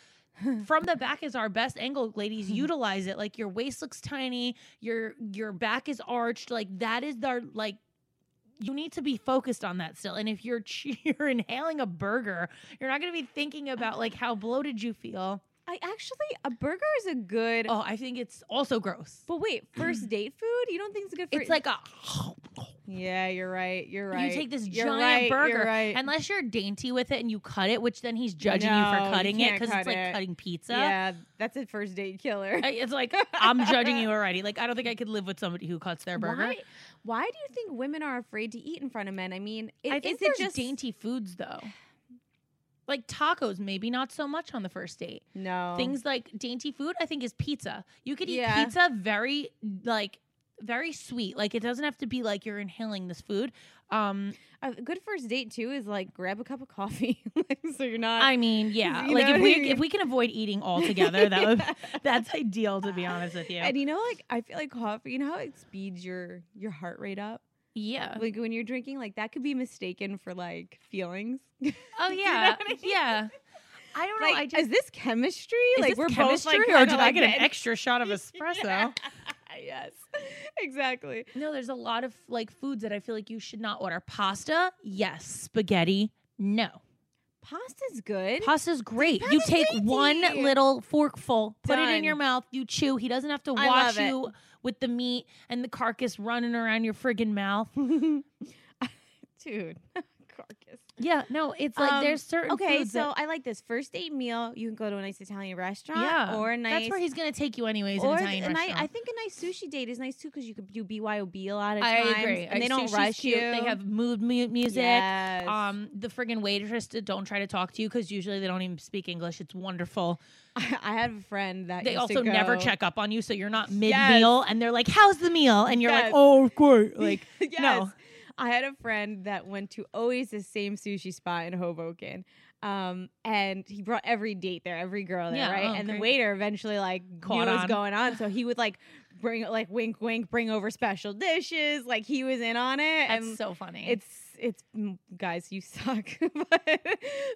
Speaker 3: from the back is our best angle ladies utilize it like your waist looks tiny your your back is arched like that is our like you need to be focused on that still and if you're ch- you're inhaling a burger you're not going to be thinking about like how bloated you feel
Speaker 1: I actually a burger is a good.
Speaker 3: oh i think it's also gross
Speaker 1: But wait, first date food? You don't think it's good for?
Speaker 3: it's like a
Speaker 1: yeah, you're right. You're right.
Speaker 3: you take this
Speaker 1: You're
Speaker 3: giant
Speaker 1: right, you're
Speaker 3: burger
Speaker 1: right.
Speaker 3: unless you're dainty with it and you cut it which then he's judging you
Speaker 1: No,
Speaker 3: for
Speaker 1: you
Speaker 3: cutting it
Speaker 1: can't
Speaker 3: because
Speaker 1: cut
Speaker 3: it's like
Speaker 1: it.
Speaker 3: cutting pizza
Speaker 1: yeah, that's a first date killer.
Speaker 3: I- it's like i'm judging you already like i don't think i could live with somebody who cuts their burger
Speaker 1: Why? Why do you think women are afraid to eat in front of men? I mean, it,
Speaker 3: I think
Speaker 1: is it
Speaker 3: there's
Speaker 1: just
Speaker 3: dainty foods though. Like tacos, maybe not so much on the first date.
Speaker 1: No
Speaker 3: Things like dainty food, I think, is pizza. You could eat
Speaker 1: Oh. Yeah.
Speaker 3: pizza very like very sweet. Like it doesn't have to be like you're inhaling this food. Um
Speaker 1: A good first date too is like grab a cup of coffee, like, so you're not.
Speaker 3: I mean, yeah.
Speaker 1: Uh, You
Speaker 3: like
Speaker 1: know
Speaker 3: if
Speaker 1: what
Speaker 3: we
Speaker 1: I mean?
Speaker 3: if we can avoid eating altogether, that would that's ideal to be honest with you.
Speaker 1: And you know, like I feel like coffee. You know how it speeds your your heart rate up.
Speaker 3: yeah.
Speaker 1: Like when you're drinking, like that could be mistaken for like feelings.
Speaker 3: Oh
Speaker 1: you know
Speaker 3: yeah.
Speaker 1: what I mean?
Speaker 3: Yeah. I don't know. I
Speaker 1: Like,
Speaker 3: just
Speaker 1: is this chemistry?
Speaker 3: is
Speaker 1: like
Speaker 3: this
Speaker 1: we're
Speaker 3: chemistry,
Speaker 1: both like,
Speaker 3: or
Speaker 1: kinda
Speaker 3: did I
Speaker 1: like
Speaker 3: get an
Speaker 1: that.
Speaker 3: extra shot of espresso?
Speaker 1: yes, exactly.
Speaker 3: No, there's a lot of like foods that I feel like you should not order. Pasta, yes. Spaghetti, no.
Speaker 1: Pasta's good.
Speaker 3: Pasta's great.
Speaker 1: Pasta's
Speaker 3: You take
Speaker 1: great to
Speaker 3: one
Speaker 1: eat.
Speaker 3: little forkful, put it in
Speaker 1: Done.
Speaker 3: your mouth, you chew. He doesn't have to
Speaker 1: I
Speaker 3: wash
Speaker 1: love it.
Speaker 3: you with the meat and the carcass running around your friggin' mouth.
Speaker 1: Dude, carcass.
Speaker 3: Yeah, no, it's like
Speaker 1: Um,
Speaker 3: there's certain
Speaker 1: Okay,
Speaker 3: foods
Speaker 1: so
Speaker 3: that-
Speaker 1: I like this first date meal. You can go to a nice Italian restaurant,
Speaker 3: yeah,
Speaker 1: or a nice.
Speaker 3: that's where he's gonna take you anyways.
Speaker 1: or
Speaker 3: an Italian
Speaker 1: and I,
Speaker 3: restaurant.
Speaker 1: I think a nice sushi date is nice too because you could do BYOB a lot of
Speaker 3: I
Speaker 1: times,
Speaker 3: agree.
Speaker 1: and they
Speaker 3: I-
Speaker 1: don't
Speaker 3: sushi's
Speaker 1: rush
Speaker 3: cute.
Speaker 1: you.
Speaker 3: They have mood mu- music.
Speaker 1: Yes.
Speaker 3: Um, the friggin' waitress to- don't try to talk to you because usually they don't even speak English. It's wonderful.
Speaker 1: I, I have a friend that
Speaker 3: They
Speaker 1: used to
Speaker 3: also never
Speaker 1: go-
Speaker 3: check up on you, so you're not mid
Speaker 1: Yes.
Speaker 3: meal, and they're like, "How's the meal?" And you're like,
Speaker 1: Yes.
Speaker 3: "Oh, great!" Like,
Speaker 1: yes.
Speaker 3: no,
Speaker 1: I had a friend that went to always the same sushi spot in Hoboken. Um, and he brought every date there, every girl there,
Speaker 3: Yeah,
Speaker 1: right?
Speaker 3: oh,
Speaker 1: and the
Speaker 3: great.
Speaker 1: waiter eventually like
Speaker 3: Caught
Speaker 1: knew what
Speaker 3: on.
Speaker 1: was going on, so he would like bring like wink wink, bring over special dishes. Like he was in on it,
Speaker 3: that's
Speaker 1: and
Speaker 3: so funny.
Speaker 1: it's it's mm, guys, you suck. but,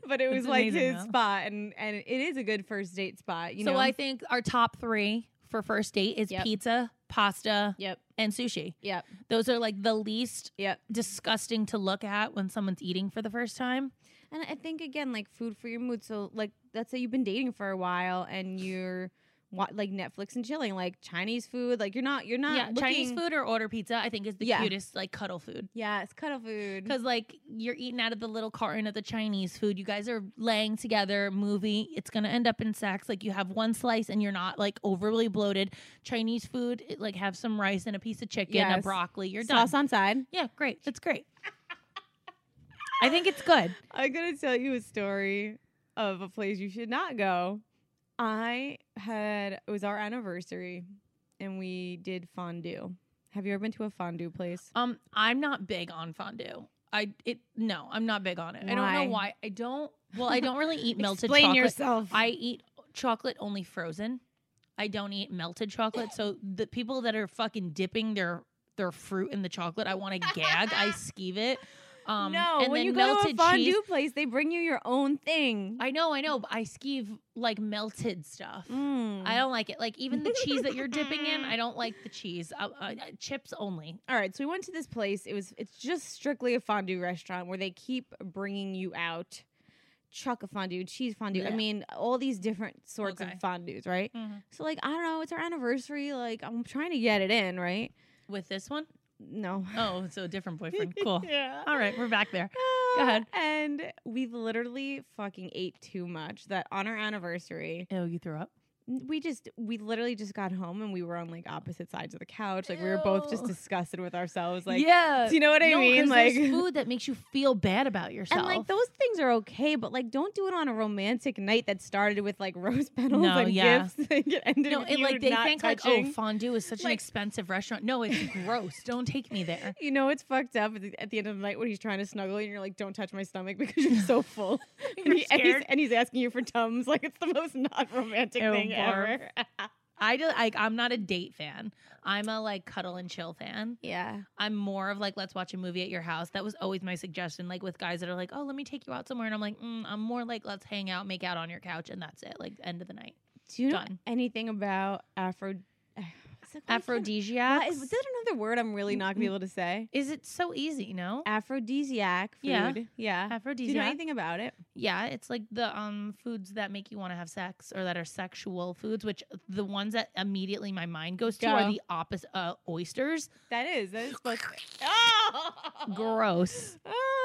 Speaker 1: but it was
Speaker 3: It's
Speaker 1: like
Speaker 3: amazing,
Speaker 1: his
Speaker 3: though.
Speaker 1: spot, and and it is a good first date spot. You
Speaker 3: so
Speaker 1: know,
Speaker 3: I think our top three for first date is
Speaker 1: Yep.
Speaker 3: pizza, pasta,
Speaker 1: yep,
Speaker 3: and sushi.
Speaker 1: yep,
Speaker 3: Those are like the least
Speaker 1: yep.
Speaker 3: disgusting to look at when someone's eating for the first time.
Speaker 1: And I think again, like food for your mood. So like, let's say you've been dating for a while and you're wa- like Netflix and chilling, like Chinese food. Like you're not you're not
Speaker 3: yeah, Chinese
Speaker 1: looking-
Speaker 3: food or order pizza, I think is the
Speaker 1: Yeah.
Speaker 3: cutest like cuddle food.
Speaker 1: Yeah, it's cuddle food.
Speaker 3: Because Mm-hmm. like you're eating out of the little carton of the Chinese food, you guys are laying together. Movie, it's gonna end up in sex. Like you have one slice and you're not like overly bloated. Chinese food, it, like have some rice and a piece of chicken, a
Speaker 1: Yes.
Speaker 3: broccoli. You're done.
Speaker 1: sauce on side.
Speaker 3: Yeah, great. That's great. I think it's good.
Speaker 1: I'm gonna tell you a story of a place you should not go. I had it was our anniversary, and we did fondue. Have you ever been to a fondue place?
Speaker 3: Um, I'm not big on fondue. I it no, I'm not big on it. I don't
Speaker 1: Why?
Speaker 3: know why. I don't. Well, I don't really eat melted
Speaker 1: Explain
Speaker 3: chocolate.
Speaker 1: yourself.
Speaker 3: I eat chocolate only frozen. I don't eat melted chocolate. So the people that are fucking dipping their their fruit in the chocolate, I want to gag. I skeeve it. Um,
Speaker 1: no,
Speaker 3: and
Speaker 1: when
Speaker 3: then
Speaker 1: you go to a
Speaker 3: melted
Speaker 1: fondue
Speaker 3: cheese.
Speaker 1: place, they bring you your own thing.
Speaker 3: I know, I know. But I skeeve like melted stuff.
Speaker 1: Mm.
Speaker 3: I don't like it. Like even the cheese that you're dipping in, I don't like the cheese. I, I, I- chips only.
Speaker 1: All right, so we went to this place. It was it's just strictly a fondue restaurant where they keep bringing you out chocolate fondue, cheese fondue. I
Speaker 3: Yeah.
Speaker 1: mean, all these different sorts
Speaker 3: Okay. Mm-hmm.
Speaker 1: of fondues, right? So like, I don't know, it's our anniversary, like I'm trying to get it in, right?
Speaker 3: With this one,
Speaker 1: No.
Speaker 3: oh, so a different boyfriend. Cool.
Speaker 1: yeah.
Speaker 3: All right, we're back there.
Speaker 1: Ah,
Speaker 3: ahead.
Speaker 1: And we literally fucking ate too much that on our anniversary,
Speaker 3: Oh, you threw up.
Speaker 1: n- we just we literally just got home and we were on like opposite sides of the couch. Like we were both just
Speaker 3: Ew.
Speaker 1: disgusted with ourselves. Like
Speaker 3: yeah.
Speaker 1: do you know what I
Speaker 3: No, 'cause
Speaker 1: mean? Like
Speaker 3: there's food that makes you feel bad about yourself.
Speaker 1: And like those things are okay, but like don't do it on a romantic night that started with like rose petals
Speaker 3: No,
Speaker 1: and
Speaker 3: yeah.
Speaker 1: gifts and it ended
Speaker 3: no,
Speaker 1: with
Speaker 3: it,
Speaker 1: you
Speaker 3: like they
Speaker 1: not
Speaker 3: think like,
Speaker 1: touching.
Speaker 3: oh, fondue is such an
Speaker 1: Like-
Speaker 3: expensive restaurant. No, it's gross. Don't take me there.
Speaker 1: you know it's fucked up at the, at the end of the night when he's trying to snuggle and you're like, don't touch my stomach because you're so full.
Speaker 3: You're
Speaker 1: and, he- and he's,
Speaker 3: scared.
Speaker 1: and he's asking you for tums. Like it's the most not romantic
Speaker 3: Ew,
Speaker 1: thing
Speaker 3: barf.
Speaker 1: ever.
Speaker 3: I do, like I'm not a date fan. I'm a like cuddle and chill fan.
Speaker 1: yeah.
Speaker 3: I'm more of like let's watch a movie at your house. That was always my suggestion. Like with guys that are like, oh, let me take you out somewhere, and I'm like, mm, I'm more like let's hang out, make out on your couch, and that's it. Like end of the night.
Speaker 1: Do you know
Speaker 3: Done.
Speaker 1: anything about Afro?
Speaker 3: Aphrodisiac.
Speaker 1: Aphrodisiac. Is that another word I'm really not gonna be able to say?
Speaker 3: Is it so easy? No.
Speaker 1: Aphrodisiac food.
Speaker 3: Yeah.
Speaker 1: yeah. Do you know
Speaker 3: Aphrodisiac.
Speaker 1: anything about it?
Speaker 3: Yeah, it's like the um foods that make you want to have sex or that are sexual foods, which uh, the ones that immediately my mind goes to
Speaker 1: Go.
Speaker 3: are the opposite uh, oysters.
Speaker 1: That is. That is supposed to- Oh!
Speaker 3: Gross.
Speaker 1: Oh.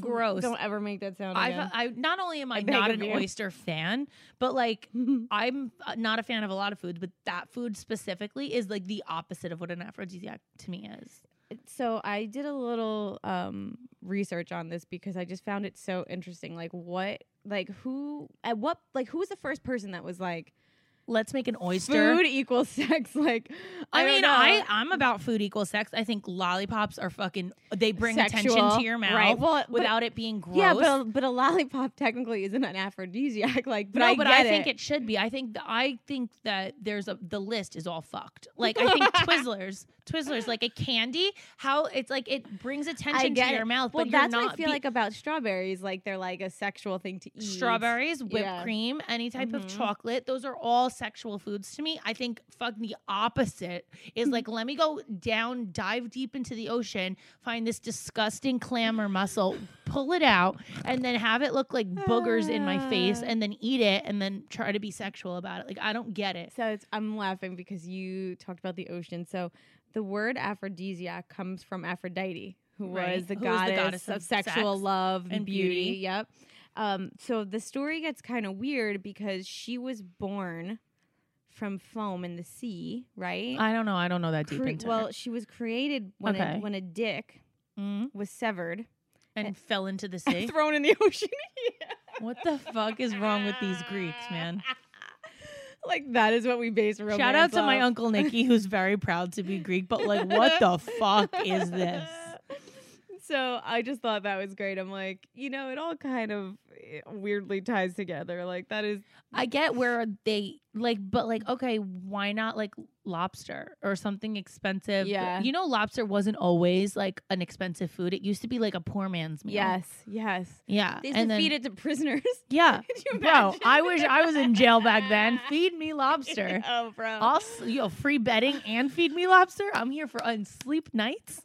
Speaker 3: Gross.
Speaker 1: Don't ever make that sound
Speaker 3: I've,
Speaker 1: again.
Speaker 3: I not only am I,
Speaker 1: beg
Speaker 3: not
Speaker 1: of
Speaker 3: an
Speaker 1: you.
Speaker 3: oyster fan, but like I'm uh, not a fan of a lot of foods, but that food specifically is like the opposite of what an aphrodisiac to me is.
Speaker 1: so I did a little um, research on this because I just found it so interesting. Like what? Like who? At what? Like who was the first person that was like
Speaker 3: Let's make an oyster.
Speaker 1: food equals sex? Like
Speaker 3: I,
Speaker 1: I, don't
Speaker 3: mean,
Speaker 1: know.
Speaker 3: I I'm about food equals sex. I think lollipops are fucking. They bring attention
Speaker 1: Sexual,
Speaker 3: to your mouth
Speaker 1: right. Well, but-
Speaker 3: without it being gross.
Speaker 1: yeah, but a, but a lollipop technically isn't an aphrodisiac. Like, but
Speaker 3: no,
Speaker 1: I
Speaker 3: but
Speaker 1: get
Speaker 3: I think
Speaker 1: it.
Speaker 3: it should be. I think th- I think that there's a the list is all fucked. Like I think Twizzlers, Twizzlers, like a candy. How it's like it brings
Speaker 1: I
Speaker 3: attention
Speaker 1: get
Speaker 3: to your
Speaker 1: it.
Speaker 3: mouth,
Speaker 1: Well,
Speaker 3: but
Speaker 1: that's
Speaker 3: you're not
Speaker 1: what I feel
Speaker 3: be-
Speaker 1: like about strawberries. Like they're like a sexual thing to eat.
Speaker 3: strawberries, whipped
Speaker 1: Yeah.
Speaker 3: cream, any type of
Speaker 1: Mhm.
Speaker 3: chocolate. Those are all sexual foods to me. I think fuck the opposite is like let me go down, dive deep into the ocean, find this disgusting clam or mussel, pull it out, and then have it look like boogers in my face,
Speaker 1: Ah.
Speaker 3: and then eat it, and then try to be sexual about it. Like I don't get it.
Speaker 1: So it's, I'm laughing because you talked about the ocean. So the word aphrodisiac comes from Aphrodite, who
Speaker 3: Right,
Speaker 1: was the,
Speaker 3: who was
Speaker 1: goddess,
Speaker 3: the goddess
Speaker 1: of,
Speaker 3: of
Speaker 1: sexual
Speaker 3: sex
Speaker 1: love
Speaker 3: and
Speaker 1: and beauty.
Speaker 3: beauty.
Speaker 1: Yep. Um, so the story gets kind of weird because she was born from foam in the sea, right?
Speaker 3: I don't know. I don't know that deep
Speaker 1: Cre-
Speaker 3: into
Speaker 1: well,
Speaker 3: it.
Speaker 1: she was created when,
Speaker 3: Okay.
Speaker 1: a, when a dick
Speaker 3: Mm.
Speaker 1: was severed
Speaker 3: And fell into the sea.
Speaker 1: and thrown in the ocean.
Speaker 3: eh, what the fuck is wrong with these Greeks, man?
Speaker 1: like that is what we base romance.
Speaker 3: Shout out to my
Speaker 1: off.
Speaker 3: uncle Nikki, who's very proud to be Greek, but like, what the fuck is this?
Speaker 1: So I just thought that was great. I'm like, you know, it all kind of eh, weirdly ties together. Like that is
Speaker 3: I get where they like, but like, okay, why not like lobster or something expensive?
Speaker 1: Yeah.
Speaker 3: you know, lobster wasn't always like an expensive food. It used to be like a poor man's meal.
Speaker 1: yes.
Speaker 3: yeah,
Speaker 1: They
Speaker 3: Uh, and
Speaker 1: used to
Speaker 3: then,
Speaker 1: feed it to prisoners.
Speaker 3: yeah.
Speaker 1: Could you
Speaker 3: Bro, I
Speaker 1: imagine?
Speaker 3: wish I was in jail back then. Feed me lobster.
Speaker 1: oh, bro.
Speaker 3: Also, yo, free bedding and feed me lobster. I'm here for unsleep nights.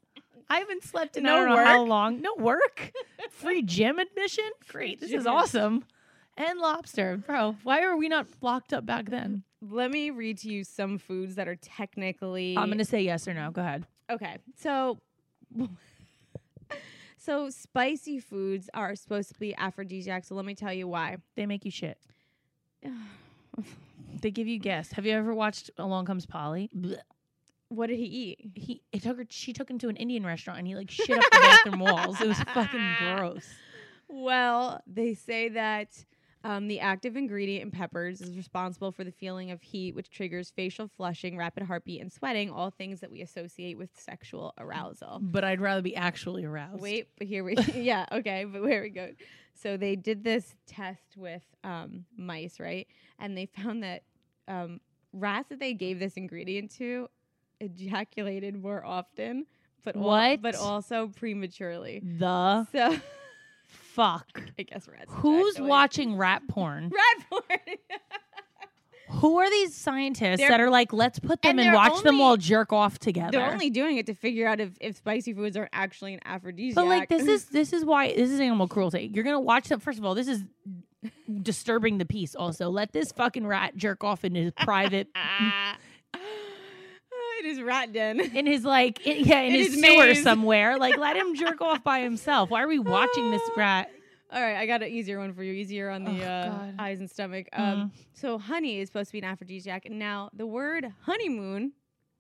Speaker 3: I haven't slept in I
Speaker 1: No
Speaker 3: don't know how
Speaker 1: work.
Speaker 3: long. No work. Free gym admission. Great. This is
Speaker 1: Gym.
Speaker 3: awesome. and lobster, bro. Why are we not blocked up back then?
Speaker 1: Let me read to you some foods that are technically.
Speaker 3: I'm gonna say yes or no. Go ahead.
Speaker 1: Okay, so. So spicy foods are supposed to be aphrodisiac. So let me tell you why.
Speaker 3: They make you shit. They give you gas. Have you ever watched Along Comes Polly? Blech.
Speaker 1: what did he eat?
Speaker 3: He, it took her. She took him to an Indian restaurant, and he like shit up the bathroom walls. It was fucking gross.
Speaker 1: Well, they say that um, the active ingredient in peppers is responsible for the feeling of heat, which triggers facial flushing, rapid heartbeat, and sweating, all things that we associate with sexual arousal.
Speaker 3: But I'd rather be actually aroused.
Speaker 1: Wait, but here we yeah, okay, but where we go. So they did this test with um, mice, right? And they found that um, rats that they gave this ingredient to ejaculated more often, but al-
Speaker 3: What?
Speaker 1: but also prematurely.
Speaker 3: the
Speaker 1: So
Speaker 3: fuck.
Speaker 1: I guess rats.
Speaker 3: Who's
Speaker 1: ejaculate.
Speaker 3: watching rat porn?
Speaker 1: Rat porn.
Speaker 3: Who are these scientists
Speaker 1: They're-
Speaker 3: that are like, let's put them
Speaker 1: and
Speaker 3: and,
Speaker 1: they're
Speaker 3: watch them
Speaker 1: only-
Speaker 3: all jerk off together?
Speaker 1: They're only doing it to figure out if, if spicy foods are actually an aphrodisiac.
Speaker 3: But like this is this is why this is animal cruelty. You're gonna watch them. First of all, this is disturbing the peace. Also, let this fucking rat jerk off in his private,
Speaker 1: Ah. it is rat den.
Speaker 3: in his like, in, yeah, in,
Speaker 1: In
Speaker 3: his,
Speaker 1: his
Speaker 3: sewer
Speaker 1: maze.
Speaker 3: somewhere. Like, let him jerk off by himself. Why are we watching this rat?
Speaker 1: All right, I got an easier one for you. Easier on the
Speaker 3: Oh,
Speaker 1: uh,
Speaker 3: God. Mm.
Speaker 1: eyes and stomach. Um, So honey is supposed to be an aphrodisiac, and now the word honeymoon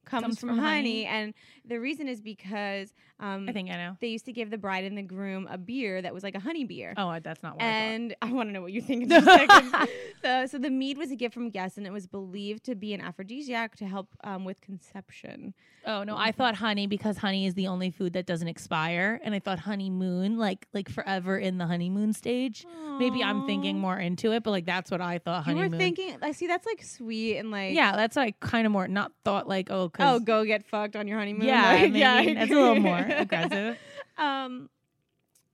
Speaker 1: comes,
Speaker 3: Comes
Speaker 1: from,
Speaker 3: from honey.
Speaker 1: honey, and the reason is because um,
Speaker 3: I think I know.
Speaker 1: they used to give the bride and the groom a beer that was like a honey beer.
Speaker 3: Oh, I- that's not what I
Speaker 1: And I want to know what you think in just a second. So, so the mead was a gift from guests, and it was believed to be an aphrodisiac to help um, with conception.
Speaker 3: thought. Oh no, I thought honey because honey is the only food that doesn't expire, and I thought honeymoon, like like forever in the honeymoon stage. Maybe I'm thinking more into it, but like that's what I thought.
Speaker 1: You
Speaker 3: Honeymoon.
Speaker 1: were thinking. I see. That's like sweet and like.
Speaker 3: yeah, that's like kind of more not thought like oh 'cause-
Speaker 1: Oh, go get fucked on your honeymoon.
Speaker 3: Yeah,
Speaker 1: Like,
Speaker 3: I mean, that's a little more aggressive.
Speaker 1: um,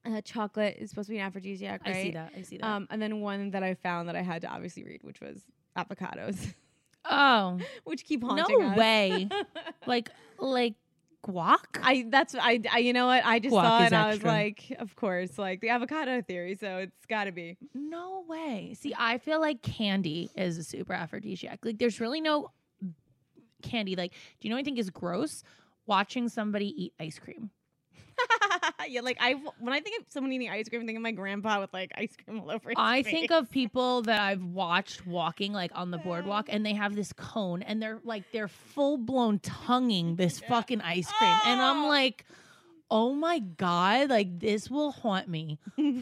Speaker 1: uh, chocolate is supposed to be an aphrodisiac, right?
Speaker 3: I see that. I see that.
Speaker 1: Um, and then one that I found that I had to obviously read, which was avocados,
Speaker 3: oh
Speaker 1: which keep
Speaker 3: no
Speaker 1: haunting us.
Speaker 3: way! like like guac.
Speaker 1: I that's I, I you know what I just
Speaker 3: Guac
Speaker 1: saw it
Speaker 3: is
Speaker 1: and I was
Speaker 3: extra.
Speaker 1: like of course like the avocado theory so it's got to be
Speaker 3: no way. See, I feel like candy is a super aphrodisiac. Like there's really no candy. Like, do you know what I think is gross? Watching somebody eat ice cream.
Speaker 1: yeah like I when I think of someone eating ice cream I think of my grandpa with like ice cream all over his
Speaker 3: I
Speaker 1: face.
Speaker 3: think of people that I've watched walking like on the boardwalk and they have this cone and they're like they're full blown tonguing this
Speaker 1: Yeah.
Speaker 3: fucking ice cream. And I'm
Speaker 1: Oh!
Speaker 3: like, oh my God, like this will haunt me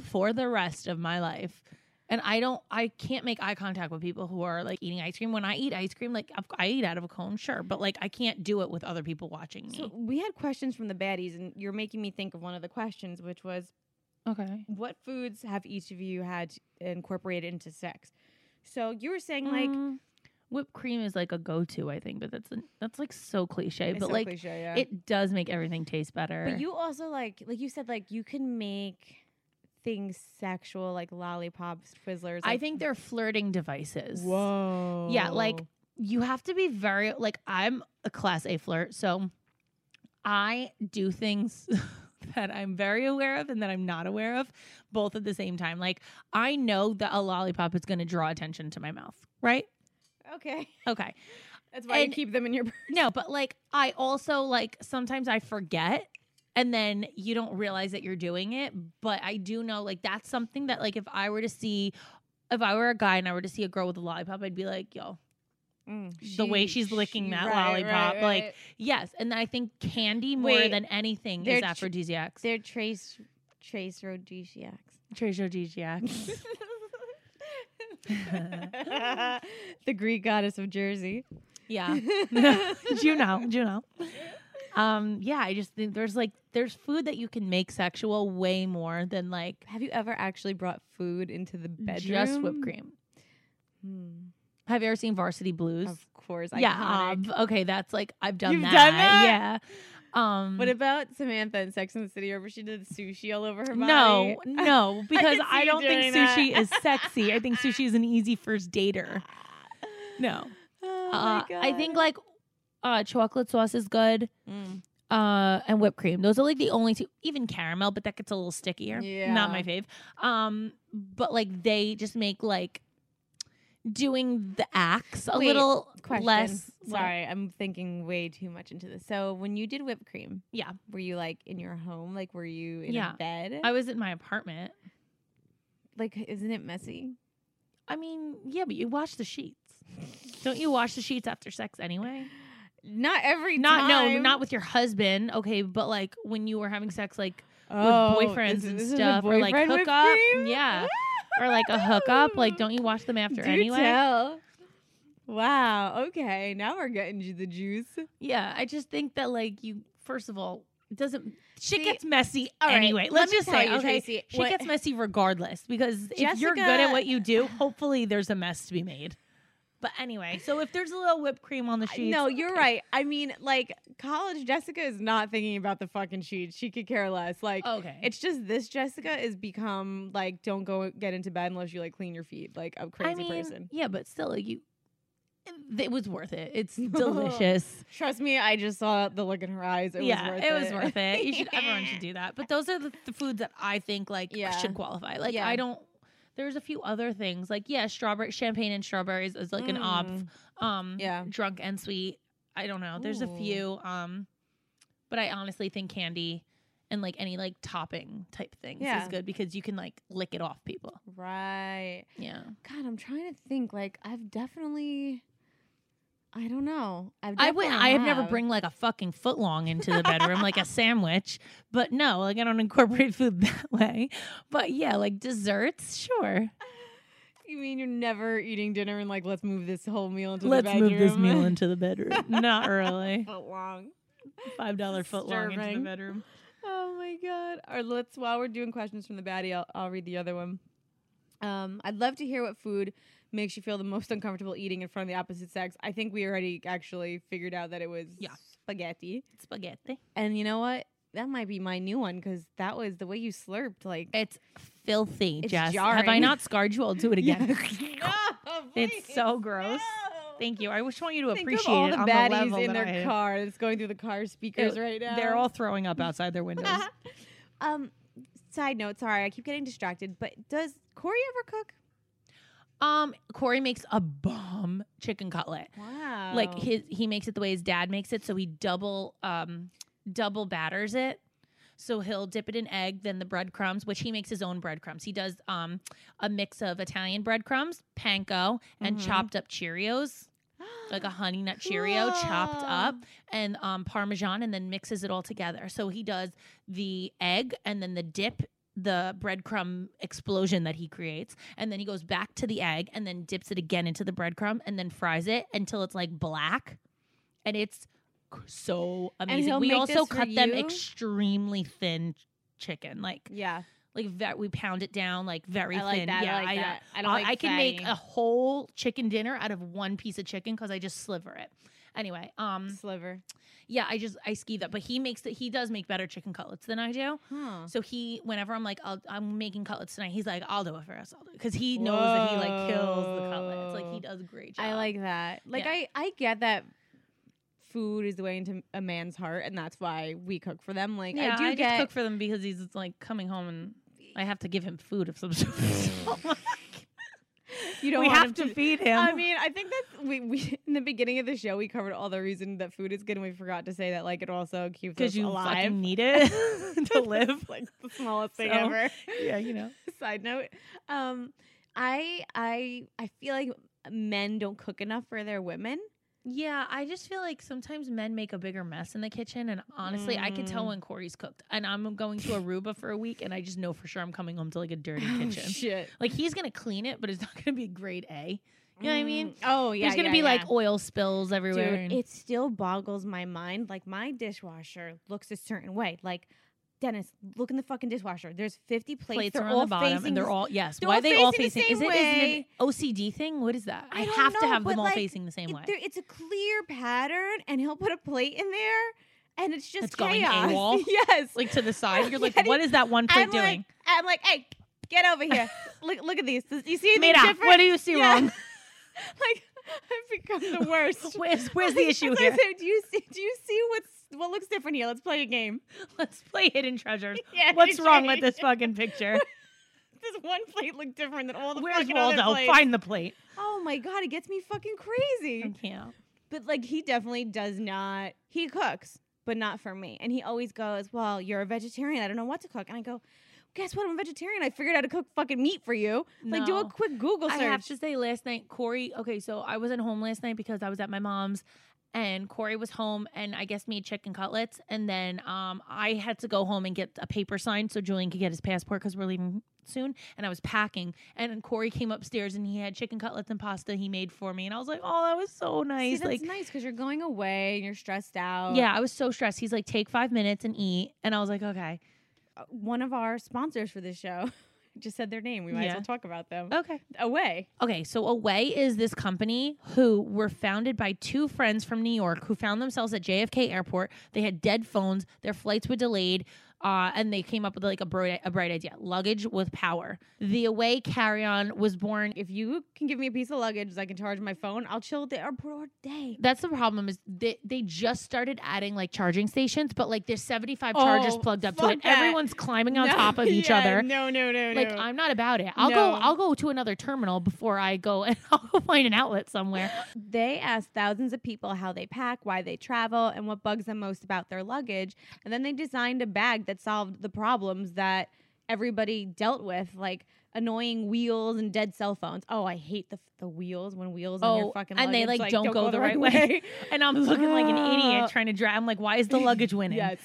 Speaker 3: for the rest of my life. And I don't, I can't make eye contact with people who are like eating ice cream. When I eat ice cream, like I've- I eat out of a cone, sure, but like I can't do it with other people watching me.
Speaker 1: so we had questions from the baddies and you're making me think of one of the questions which was
Speaker 3: okay.
Speaker 1: what foods have each of you had incorporated into sex so you were saying like
Speaker 3: Mm, whipped cream is like a go to, I think, but that's, that's like so cliche,
Speaker 1: it's
Speaker 3: but
Speaker 1: so
Speaker 3: like,
Speaker 1: cliche, yeah.
Speaker 3: It does make everything taste better.
Speaker 1: But you also like, like you said, like you can make things sexual, like lollipops, Twizzlers.
Speaker 3: I
Speaker 1: like-
Speaker 3: think they're flirting devices.
Speaker 1: Whoa.
Speaker 3: Yeah, like you have to be very like I'm a class A flirt, so I do things that I'm very aware of and that I'm not aware of both at the same time. Like I know that a lollipop is going to draw attention to my mouth, right?
Speaker 1: okay,
Speaker 3: Okay.
Speaker 1: that's why
Speaker 3: And-
Speaker 1: you keep them in your.
Speaker 3: No, but like I also like sometimes I forget and then you don't realize that you're doing it, but I do know like that's something that like if I were to see if I were a guy and I were to see a girl with a lollipop, I'd be like, yo, Mm, The way she's licking that lollipop, like, yes. And I think candy more
Speaker 1: Wait,
Speaker 3: than anything
Speaker 1: they're
Speaker 3: is
Speaker 1: tr-
Speaker 3: aphrodisiacs.
Speaker 1: they're trace trace rhodesiacs.
Speaker 3: Treasure
Speaker 1: the Greek goddess of Jersey.
Speaker 3: yeah. Juno, Juno. Um, yeah, I just think there's like there's food that you can make sexual way more than like
Speaker 1: Have you ever actually brought food into the bedroom?
Speaker 3: just whipped cream.
Speaker 1: Hmm.
Speaker 3: Have you ever seen Varsity Blues?
Speaker 1: Of course,
Speaker 3: yeah. um,
Speaker 1: iconic.
Speaker 3: ob- okay, that's like I've done
Speaker 1: You've
Speaker 3: that.
Speaker 1: done that?
Speaker 3: Yeah. Um
Speaker 1: What about Samantha in Sex and the City where she did sushi all over her
Speaker 3: no,
Speaker 1: body?
Speaker 3: no,
Speaker 1: could
Speaker 3: because
Speaker 1: see
Speaker 3: I,
Speaker 1: you
Speaker 3: don't think
Speaker 1: doing that.
Speaker 3: sushi is sexy. I think sushi is an easy first dater. No.
Speaker 1: Oh
Speaker 3: uh,
Speaker 1: my
Speaker 3: I think
Speaker 1: God.
Speaker 3: like uh chocolate sauce is good.
Speaker 1: Mm.
Speaker 3: Uh and whipped cream. Those are like the only two even caramel, but that gets a little stickier.
Speaker 1: Yeah.
Speaker 3: Not my fave. Um but like they just make like doing the acts a
Speaker 1: Wait,
Speaker 3: little
Speaker 1: Question.
Speaker 3: less.
Speaker 1: Sorry, I'm thinking way too much into this. So when you did whipped cream,
Speaker 3: Yeah.
Speaker 1: were you like in your home? Like were you in
Speaker 3: Yeah.
Speaker 1: a bed?
Speaker 3: I was in my apartment.
Speaker 1: like isn't it messy?
Speaker 3: I mean, yeah, but you wash the sheets. Don't you wash the sheets after sex anyway?
Speaker 1: Not every
Speaker 3: Not no,
Speaker 1: time.
Speaker 3: not with your husband. Okay, but like when you were having sex, like
Speaker 1: Oh,
Speaker 3: with boyfriends
Speaker 1: is-
Speaker 3: and
Speaker 1: this is a
Speaker 3: stuff, or like
Speaker 1: boyfriend whipped
Speaker 3: hookup,
Speaker 1: cream?
Speaker 3: yeah, or like a hookup. Like, don't you wash them after
Speaker 1: Do
Speaker 3: anyway?
Speaker 1: tell. Wow. Okay. Now we're getting you the juice.
Speaker 3: Yeah, I just think that like you first of all it doesn't shit
Speaker 1: See,
Speaker 3: gets messy
Speaker 1: all right,
Speaker 3: anyway.
Speaker 1: let
Speaker 3: Let's
Speaker 1: me
Speaker 3: just
Speaker 1: tell
Speaker 3: say
Speaker 1: you,
Speaker 3: okay,
Speaker 1: Tracy,
Speaker 3: shit
Speaker 1: what-
Speaker 3: gets messy regardless because if you're good at
Speaker 1: Jessica-
Speaker 3: what you do, hopefully there's a mess to be made. But anyway, so if there's a little whipped cream on the
Speaker 1: I-
Speaker 3: sheets,
Speaker 1: No, you're
Speaker 3: okay.
Speaker 1: right. I mean, like college Jessica is not thinking about the fucking sheets. She could care less. Like
Speaker 3: Okay,
Speaker 1: it's just this Jessica is become like don't go get into bed unless you like clean your feet. Like a crazy
Speaker 3: I mean,
Speaker 1: person.
Speaker 3: Yeah, but still, like you, it was worth it. It's delicious.
Speaker 1: Trust me, I just saw the look in her eyes. It
Speaker 3: yeah,
Speaker 1: was worth
Speaker 3: it was worth it. You should everyone should do that. But those are the, the foods that I think like
Speaker 1: Yeah.
Speaker 3: should qualify. Like
Speaker 1: Yeah.
Speaker 3: I don't. There's a few other things like yeah, strawberry champagne and strawberries is like an op.
Speaker 1: Mm,
Speaker 3: Um,
Speaker 1: Yeah.
Speaker 3: drunk and sweet. I don't know. There's a
Speaker 1: Ooh.
Speaker 3: few. Um, but I honestly think candy and like any like topping type things
Speaker 1: Yeah.
Speaker 3: is good because you can like lick it off people.
Speaker 1: Right.
Speaker 3: Yeah,
Speaker 1: God, I'm trying to think. Like I've definitely, I don't know. I've
Speaker 3: I would.
Speaker 1: definitely
Speaker 3: I have never bring like a fucking footlong into the bedroom, like a sandwich. But no, like I don't incorporate food that way. But yeah, like desserts, sure.
Speaker 1: You mean you're never eating dinner and like let's move this whole meal into
Speaker 3: Let's
Speaker 1: the bedroom?
Speaker 3: move this meal into the bedroom. Not really.
Speaker 1: Foot long.
Speaker 3: Five dollar footlong into
Speaker 1: Disturbing.
Speaker 3: the bedroom.
Speaker 1: Oh my god. Or let's while we're doing questions from the baddie, I'll, I'll read the other one. Um, I'd love to hear what food makes you feel the most uncomfortable eating in front of the opposite sex. I think we already actually figured out that it was
Speaker 3: Yeah.
Speaker 1: spaghetti.
Speaker 3: Spaghetti.
Speaker 1: And you know what? That might be my new one because that was the way you slurped. Like,
Speaker 3: It's filthy,
Speaker 1: It's
Speaker 3: Jess. Have I
Speaker 1: jarring.
Speaker 3: not scarred you? I'll do it again.
Speaker 1: No,
Speaker 3: It's so gross.
Speaker 1: no.
Speaker 3: Thank you. I just want you to
Speaker 1: Think
Speaker 3: appreciate
Speaker 1: of all
Speaker 3: it
Speaker 1: the
Speaker 3: on
Speaker 1: baddies
Speaker 3: the level
Speaker 1: in
Speaker 3: that
Speaker 1: their
Speaker 3: I am.
Speaker 1: car. It's going through the car speakers
Speaker 3: It-
Speaker 1: right now.
Speaker 3: They're all throwing up outside their windows.
Speaker 1: um, side note. Sorry, I keep getting distracted. But does Corey ever cook?
Speaker 3: um, Corey makes a bomb chicken cutlet.
Speaker 1: Wow.
Speaker 3: like his he makes it the way his dad makes it so he double um double batters it so he'll dip it in egg then the breadcrumbs which he makes his own breadcrumbs he does um a mix of italian breadcrumbs panko and
Speaker 1: Mhm.
Speaker 3: chopped up cheerios like a honey nut cheerio chopped up and um parmesan and then mixes it all together so he does the egg and then the dip the breadcrumb explosion that he creates and then he goes back to the egg and then dips it again into the breadcrumb and then fries it until it's like black and it's c- so amazing
Speaker 1: he'll
Speaker 3: we
Speaker 1: make
Speaker 3: also
Speaker 1: this for
Speaker 3: cut them
Speaker 1: you?
Speaker 3: extremely thin ch- chicken like
Speaker 1: Yeah,
Speaker 3: like ve- we pound it down like very
Speaker 1: I like
Speaker 3: thin
Speaker 1: that.
Speaker 3: yeah
Speaker 1: I like that. I don't
Speaker 3: I,
Speaker 1: like
Speaker 3: I can make
Speaker 1: fatty.
Speaker 3: a whole chicken dinner out of one piece of chicken because I just sliver it. Anyway, um,
Speaker 1: sliver.
Speaker 3: yeah, I just I ski that, but he makes that he does make better chicken cutlets than I do.
Speaker 1: Huh.
Speaker 3: So he, whenever I'm like, I'll, I'm making cutlets tonight, he's like, I'll do it for us, I'll do it, because he knows that he like kills the cutlets, like
Speaker 1: Whoa.
Speaker 3: he does a great job.
Speaker 1: I like that. Like
Speaker 3: Yeah.
Speaker 1: I, I get that. Food is the way into a man's heart, and that's why we cook for them. Like
Speaker 3: yeah,
Speaker 1: I do
Speaker 3: I
Speaker 1: get
Speaker 3: just cook for them because he's like coming home and I have to give him food of some sort.
Speaker 1: you
Speaker 3: we
Speaker 1: want
Speaker 3: have
Speaker 1: him
Speaker 3: to feed him.
Speaker 1: I mean, I think that's we, we in the beginning of the show we covered all the reason that food is good, and we forgot to say that like it also keeps us
Speaker 3: because you
Speaker 1: alive.
Speaker 3: fucking need it to live.
Speaker 1: like the smallest thing
Speaker 3: So-
Speaker 1: ever.
Speaker 3: yeah, you know.
Speaker 1: Side note, um, I I I feel like men don't cook enough for their women.
Speaker 3: Yeah, I just feel like sometimes men make a bigger mess in the kitchen, and honestly, I can tell
Speaker 1: Mm.
Speaker 3: when Corey's cooked. And I'm going to Aruba for a week, and I just know for sure I'm coming home to like a dirty
Speaker 1: Oh,
Speaker 3: kitchen.
Speaker 1: shit.
Speaker 3: Like he's gonna clean it, but it's not gonna be grade A. You know what I mean?
Speaker 1: Mm, Oh yeah.
Speaker 3: There's gonna
Speaker 1: yeah,
Speaker 3: be
Speaker 1: yeah.
Speaker 3: like oil spills everywhere.
Speaker 1: Dude,
Speaker 3: and-
Speaker 1: it still boggles my mind. Like my dishwasher looks a certain way. Like Dennis, look in the fucking dishwasher. There's 50 plates.
Speaker 3: plates
Speaker 1: they're
Speaker 3: are
Speaker 1: all
Speaker 3: on the bottom,
Speaker 1: facing
Speaker 3: and they're
Speaker 1: the-
Speaker 3: all yes.
Speaker 1: they're
Speaker 3: Why
Speaker 1: all
Speaker 3: are they all
Speaker 1: facing
Speaker 3: facing?
Speaker 1: the
Speaker 3: Is it,
Speaker 1: same
Speaker 3: is it
Speaker 1: way.
Speaker 3: an OCD thing? What is that?
Speaker 1: I don't
Speaker 3: have to
Speaker 1: know,
Speaker 3: have them
Speaker 1: but,
Speaker 3: all
Speaker 1: like,
Speaker 3: facing the same
Speaker 1: It-
Speaker 3: way.
Speaker 1: there- it's a clear pattern, and he'll put a plate in there, and it's just
Speaker 3: It's going
Speaker 1: chaos.
Speaker 3: AWOL?
Speaker 1: yes,
Speaker 3: Like to the side, you're like,
Speaker 1: Getting-
Speaker 3: what is that one plate
Speaker 1: I'm like-
Speaker 3: doing?
Speaker 1: I'm like, hey, get over here. look, look at these. Does- You see anything
Speaker 3: Made up.
Speaker 1: different?
Speaker 3: What do you see
Speaker 1: Yeah.
Speaker 3: wrong?
Speaker 1: like I've become the worst.
Speaker 3: Where's where's the issue
Speaker 1: As I
Speaker 3: here?
Speaker 1: said, do you see? Do you see what's what looks different here? Let's play a game.
Speaker 3: Let's play hidden treasures.
Speaker 1: Yeah,
Speaker 3: What's wrong with
Speaker 1: Jay.
Speaker 3: this fucking picture?
Speaker 1: this one plate looked different than all the
Speaker 3: Where's
Speaker 1: fucking other
Speaker 3: Waldo?
Speaker 1: plates.
Speaker 3: Find the plate. Mm.
Speaker 1: Oh my god, it gets me fucking crazy.
Speaker 3: I can't.
Speaker 1: But like he definitely does not. He cooks, but not for me. And he always goes, "Well, you're a vegetarian. I don't know what to cook." And I go, "Guess what? I'm a vegetarian. I figured out how to cook fucking meat for you. Like do a
Speaker 3: No.
Speaker 1: quick Google
Speaker 3: I
Speaker 1: search."
Speaker 3: have to say, last night, Corey. Okay, so I wasn't home last night because I was at my mom's, and Corey was home, and I guess made chicken cutlets, and then um, I had to go home and get a paper signed so Julian could get his passport because we're leaving soon, and I was packing, and then Corey came upstairs and he had chicken cutlets and pasta he made for me, and I was like, oh, that was so
Speaker 1: See,
Speaker 3: nice,
Speaker 1: that's
Speaker 3: like.
Speaker 1: nice because you're going away and you're stressed out.
Speaker 3: Yeah, I was so stressed. He's like, take five minutes and eat. And I was like, okay.
Speaker 1: Uh, One of our sponsors for this show just said their name. We might
Speaker 3: Yeah. Oh.
Speaker 1: as well talk about them.
Speaker 3: Okay.
Speaker 1: Away.
Speaker 3: Okay, so Away is this company who were founded by two friends from New York who found themselves at JFK Airport. They had dead phones, their flights were delayed, uh, and they came up with like a bright, a bright idea: luggage with power. The Away carry-on was born.
Speaker 1: If you can give me a piece of luggage that I can charge my phone, I'll chill at the airport all day.
Speaker 3: That's the problem is they, they just started adding like charging stations, but like there's 75 chargers
Speaker 1: Oh,
Speaker 3: plugged up to
Speaker 1: fuck
Speaker 3: it.
Speaker 1: that.
Speaker 3: Everyone's climbing on
Speaker 1: No,
Speaker 3: top of each
Speaker 1: yeah,
Speaker 3: other.
Speaker 1: No, no, no,
Speaker 3: Like
Speaker 1: no.
Speaker 3: I'm not about it. I'll go.
Speaker 1: No.
Speaker 3: I'll go to another terminal before I go, and I'll go find an outlet somewhere.
Speaker 1: They asked thousands of people how they pack, why they travel, and what bugs them most about their luggage. And then they designed a bag that solved the problems that everybody dealt with, like annoying wheels and dead cell phones. Oh, I hate the, the wheels when wheels on
Speaker 3: Oh,
Speaker 1: your fucking
Speaker 3: and they,
Speaker 1: luggage,
Speaker 3: like, don't go the right
Speaker 1: right
Speaker 3: way. and I'm looking like an
Speaker 1: Ah.
Speaker 3: idiot trying to drive. I'm like, why is the luggage winning?
Speaker 1: yes.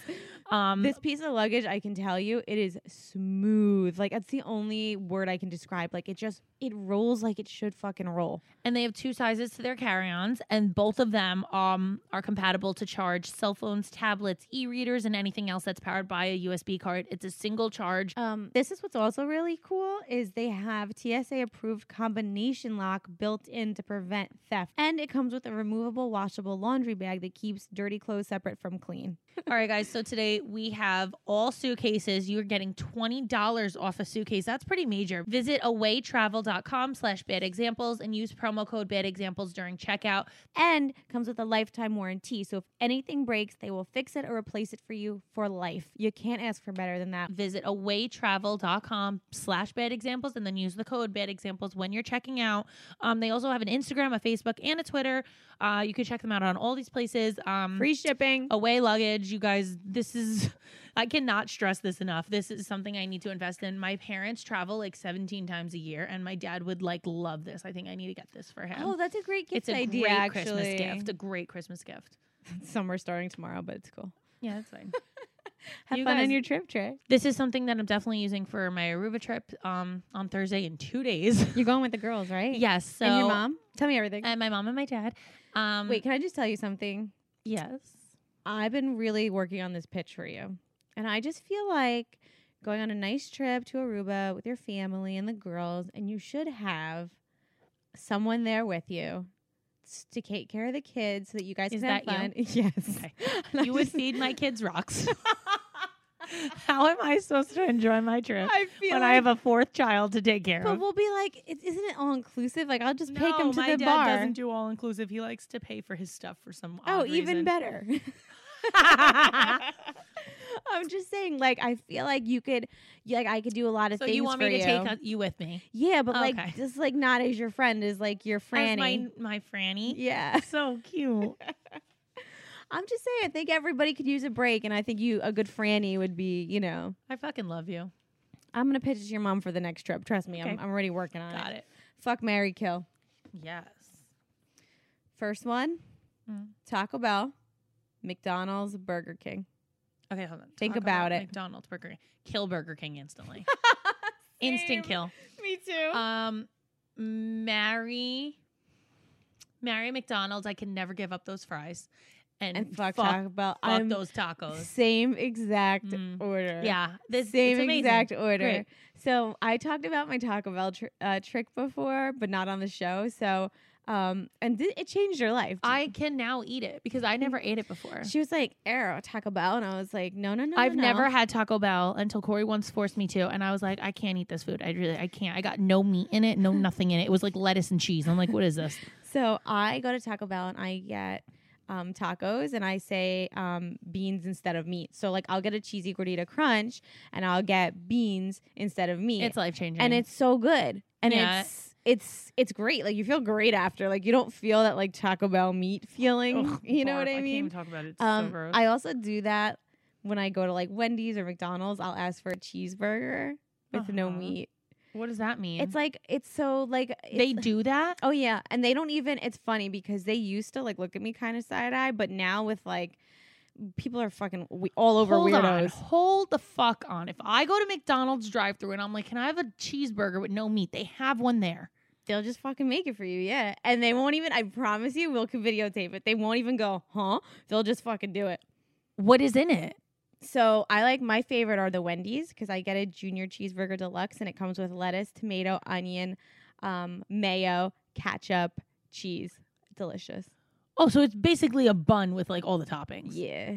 Speaker 3: Um,
Speaker 1: This piece of luggage, I can tell you, it is smooth. Like that's the only word I can describe. Like it just it rolls like it should fucking roll.
Speaker 3: and they have two sizes to their carry-ons, and both of them um are compatible to charge cell phones, tablets, e-readers, and anything else that's powered by a USB card. It's a single charge.
Speaker 1: Um, this is what's also really cool is they have TSA approved combination lock built in to prevent theft, and it comes with a removable, washable laundry bag that keeps dirty clothes separate from clean.
Speaker 3: All right, guys. So today we have all suitcases. You're getting twenty dollars off a suitcase. That's pretty major. Visit awaytravel.com slash bad examples and use promo code bad examples during checkout.
Speaker 1: And comes with a lifetime warranty, so if anything breaks, they will fix it or replace it for you for life. You can't ask for better than that.
Speaker 3: visit awaytravel.com slash bad examples and then use the code bad examples when you're checking out um, they also have an instagram a facebook and a twitter uh, you can check them out on all these places um,
Speaker 1: Free shipping.
Speaker 3: away luggage you guys this is i cannot stress this enough this is something i need to invest in my parents travel like 17 times a year and my dad would like love this i think i need to get this for him
Speaker 1: Oh, that's a great gift
Speaker 3: it's a
Speaker 1: idea.
Speaker 3: great
Speaker 1: actually,
Speaker 3: christmas gift a great christmas gift
Speaker 1: Summer starting tomorrow, but it's cool.
Speaker 3: yeah that's fine
Speaker 1: Have
Speaker 3: You
Speaker 1: fun
Speaker 3: guys-
Speaker 1: on your trip, Trey.
Speaker 3: this is something that i'm definitely using for my aruba trip um, on thursday in two days
Speaker 1: You're going with the girls, right?
Speaker 3: Yes. So
Speaker 1: and your mom? Tell me everything.
Speaker 3: and my mom and my dad. Um,
Speaker 1: Wait, can I just tell you something?
Speaker 3: Yes.
Speaker 1: I've been really working on this pitch for you. And I just feel like going on a nice trip to Aruba with your family and the girls, and you should have someone there with you s- to take care of the kids so that you guys
Speaker 3: Is
Speaker 1: can have fun.
Speaker 3: that
Speaker 1: Yes.
Speaker 3: Okay.
Speaker 1: And I
Speaker 3: You would
Speaker 1: just-
Speaker 3: feed my kids rocks. How am I supposed to enjoy my trip
Speaker 1: I feel
Speaker 3: when
Speaker 1: like,
Speaker 3: I have a fourth child to take care
Speaker 1: But
Speaker 3: of?
Speaker 1: we'll be like, is isn't it all inclusive? Like I'll just take them to
Speaker 3: my
Speaker 1: the
Speaker 3: dad
Speaker 1: bar.
Speaker 3: doesn't do all inclusive. He likes to pay for his stuff for some.
Speaker 1: oh,
Speaker 3: odd
Speaker 1: even
Speaker 3: reason.
Speaker 1: better. I'm just saying, like I feel like you could, like I could do a lot of
Speaker 3: so
Speaker 1: things
Speaker 3: you want
Speaker 1: for
Speaker 3: me to
Speaker 1: you.
Speaker 3: take uh, you with me?
Speaker 1: Yeah, but
Speaker 3: Okay.
Speaker 1: like just like not as your friend is like your franny.
Speaker 3: As my my Franny.
Speaker 1: yeah,
Speaker 3: So cute.
Speaker 1: I'm just saying. I think everybody could use a break, and I think you a good franny would be. You know,
Speaker 3: I fucking love you.
Speaker 1: I'm gonna pitch it to your mom for the next trip. Trust me, I'm,
Speaker 3: Okay.
Speaker 1: I'm already working on
Speaker 3: Got
Speaker 1: it.
Speaker 3: it.
Speaker 1: Fuck Mary Kill.
Speaker 3: Yes.
Speaker 1: First one,
Speaker 3: Mm.
Speaker 1: Taco Bell, McDonald's, Burger King.
Speaker 3: Okay, hold on.
Speaker 1: Think
Speaker 3: Talk
Speaker 1: about it.
Speaker 3: McDonald's Burger King. Kill Burger King instantly. Instant
Speaker 1: Same.
Speaker 3: kill.
Speaker 1: Me too.
Speaker 3: Um, marry, marry McDonald's. I can never give up those fries, and,
Speaker 1: and fuck,
Speaker 3: Um, fuck, fuck,
Speaker 1: Taco Bell. I'm
Speaker 3: those tacos.
Speaker 1: same exact
Speaker 3: Mm.
Speaker 1: order.
Speaker 3: Yeah, this
Speaker 1: same
Speaker 3: it's amazing.
Speaker 1: exact order.
Speaker 3: Great.
Speaker 1: So I talked about my Taco Bell tr- uh, trick before, but not on the show. So, um, and th- it changed your life.
Speaker 3: I can now eat it because I never ate it before.
Speaker 1: she was like, "Arrow Taco Bell," and I was like, "No, no, no,
Speaker 3: I've
Speaker 1: no, no."
Speaker 3: never had Taco Bell until Corey once forced me to, and I was like, I can't eat this food. I really, I can't. I got no meat in it, no nothing in it. It was like lettuce and cheese. I'm like, what is this?
Speaker 1: So I go to Taco Bell and I get um, tacos and I say um, beans instead of meat. So like I'll get a cheesy gordita crunch and I'll get beans instead of meat.
Speaker 3: It's life changing.
Speaker 1: and it's so good. And
Speaker 3: Yeah.
Speaker 1: it's it's it's great. Like you feel great after. Like you don't feel that like Taco Bell meat feeling. you know what I
Speaker 3: can't even
Speaker 1: mean?
Speaker 3: talk about it. It's so
Speaker 1: Um,
Speaker 3: gross.
Speaker 1: I also do that when I go to like Wendy's or McDonald's. I'll ask for a cheeseburger with no
Speaker 3: Uh-huh.
Speaker 1: meat.
Speaker 3: what does that mean?
Speaker 1: It's like it's so like it's,
Speaker 3: they do that.
Speaker 1: Oh yeah, and they don't even. It's funny because they used to like look at me kind of side eye, but now with like people are fucking we- all over
Speaker 3: Hold on.
Speaker 1: weirdos.
Speaker 3: Hold the fuck on. If I go to McDonald's drive through and I'm like, can I have a cheeseburger with no meat? They have one there.
Speaker 1: They'll just fucking make it for you, yeah. And they won't even. I promise you, we'll can videotape it. They won't even go, huh? They'll just fucking do it.
Speaker 3: What is in it?
Speaker 1: So I like my favorite are the Wendy's because I get a junior cheeseburger deluxe and it comes with lettuce, tomato, onion, um, mayo, ketchup, cheese. Delicious.
Speaker 3: Oh, so it's basically a bun with like all the toppings.
Speaker 1: Yeah.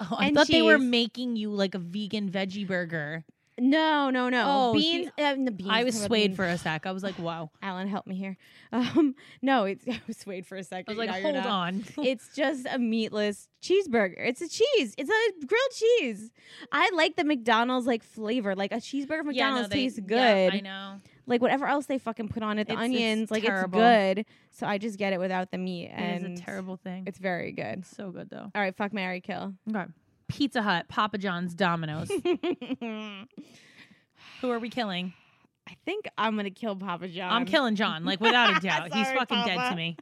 Speaker 3: Oh, I
Speaker 1: And
Speaker 3: thought they were
Speaker 1: cheese.
Speaker 3: making you like a vegan veggie burger.
Speaker 1: No, no, no.
Speaker 3: Oh,
Speaker 1: beans. um, the beans.
Speaker 3: I was
Speaker 1: How about
Speaker 3: swayed
Speaker 1: beans?
Speaker 3: for a sec. I was like, wow.
Speaker 1: Alan, help me here. Um, no, it's I was swayed for a
Speaker 3: I
Speaker 1: second.
Speaker 3: was like,
Speaker 1: No, you're
Speaker 3: hold
Speaker 1: not.
Speaker 3: on.
Speaker 1: It's just a meatless cheeseburger. It's a cheese. It's a grilled cheese. I like the McDonald's like flavor. Like a cheeseburger from
Speaker 3: Yeah, no,
Speaker 1: McDonald's
Speaker 3: they-
Speaker 1: tastes good.
Speaker 3: yeah, I know.
Speaker 1: Like whatever else they fucking put on it, the
Speaker 3: It's- it's
Speaker 1: onions, like
Speaker 3: terrible.
Speaker 1: it's good. So I just get it without the meat, and
Speaker 3: it is a terrible thing.
Speaker 1: It's very good.
Speaker 3: It's so good though.
Speaker 1: All right, fuck Mary Kill.
Speaker 3: Okay. Pizza Hut, Papa John's, Domino's. Who are we killing?
Speaker 1: I think I'm gonna kill Papa John.
Speaker 3: I'm killing John, like without a doubt. He's
Speaker 1: Sorry,
Speaker 3: fucking dead
Speaker 1: Papa.
Speaker 3: to me.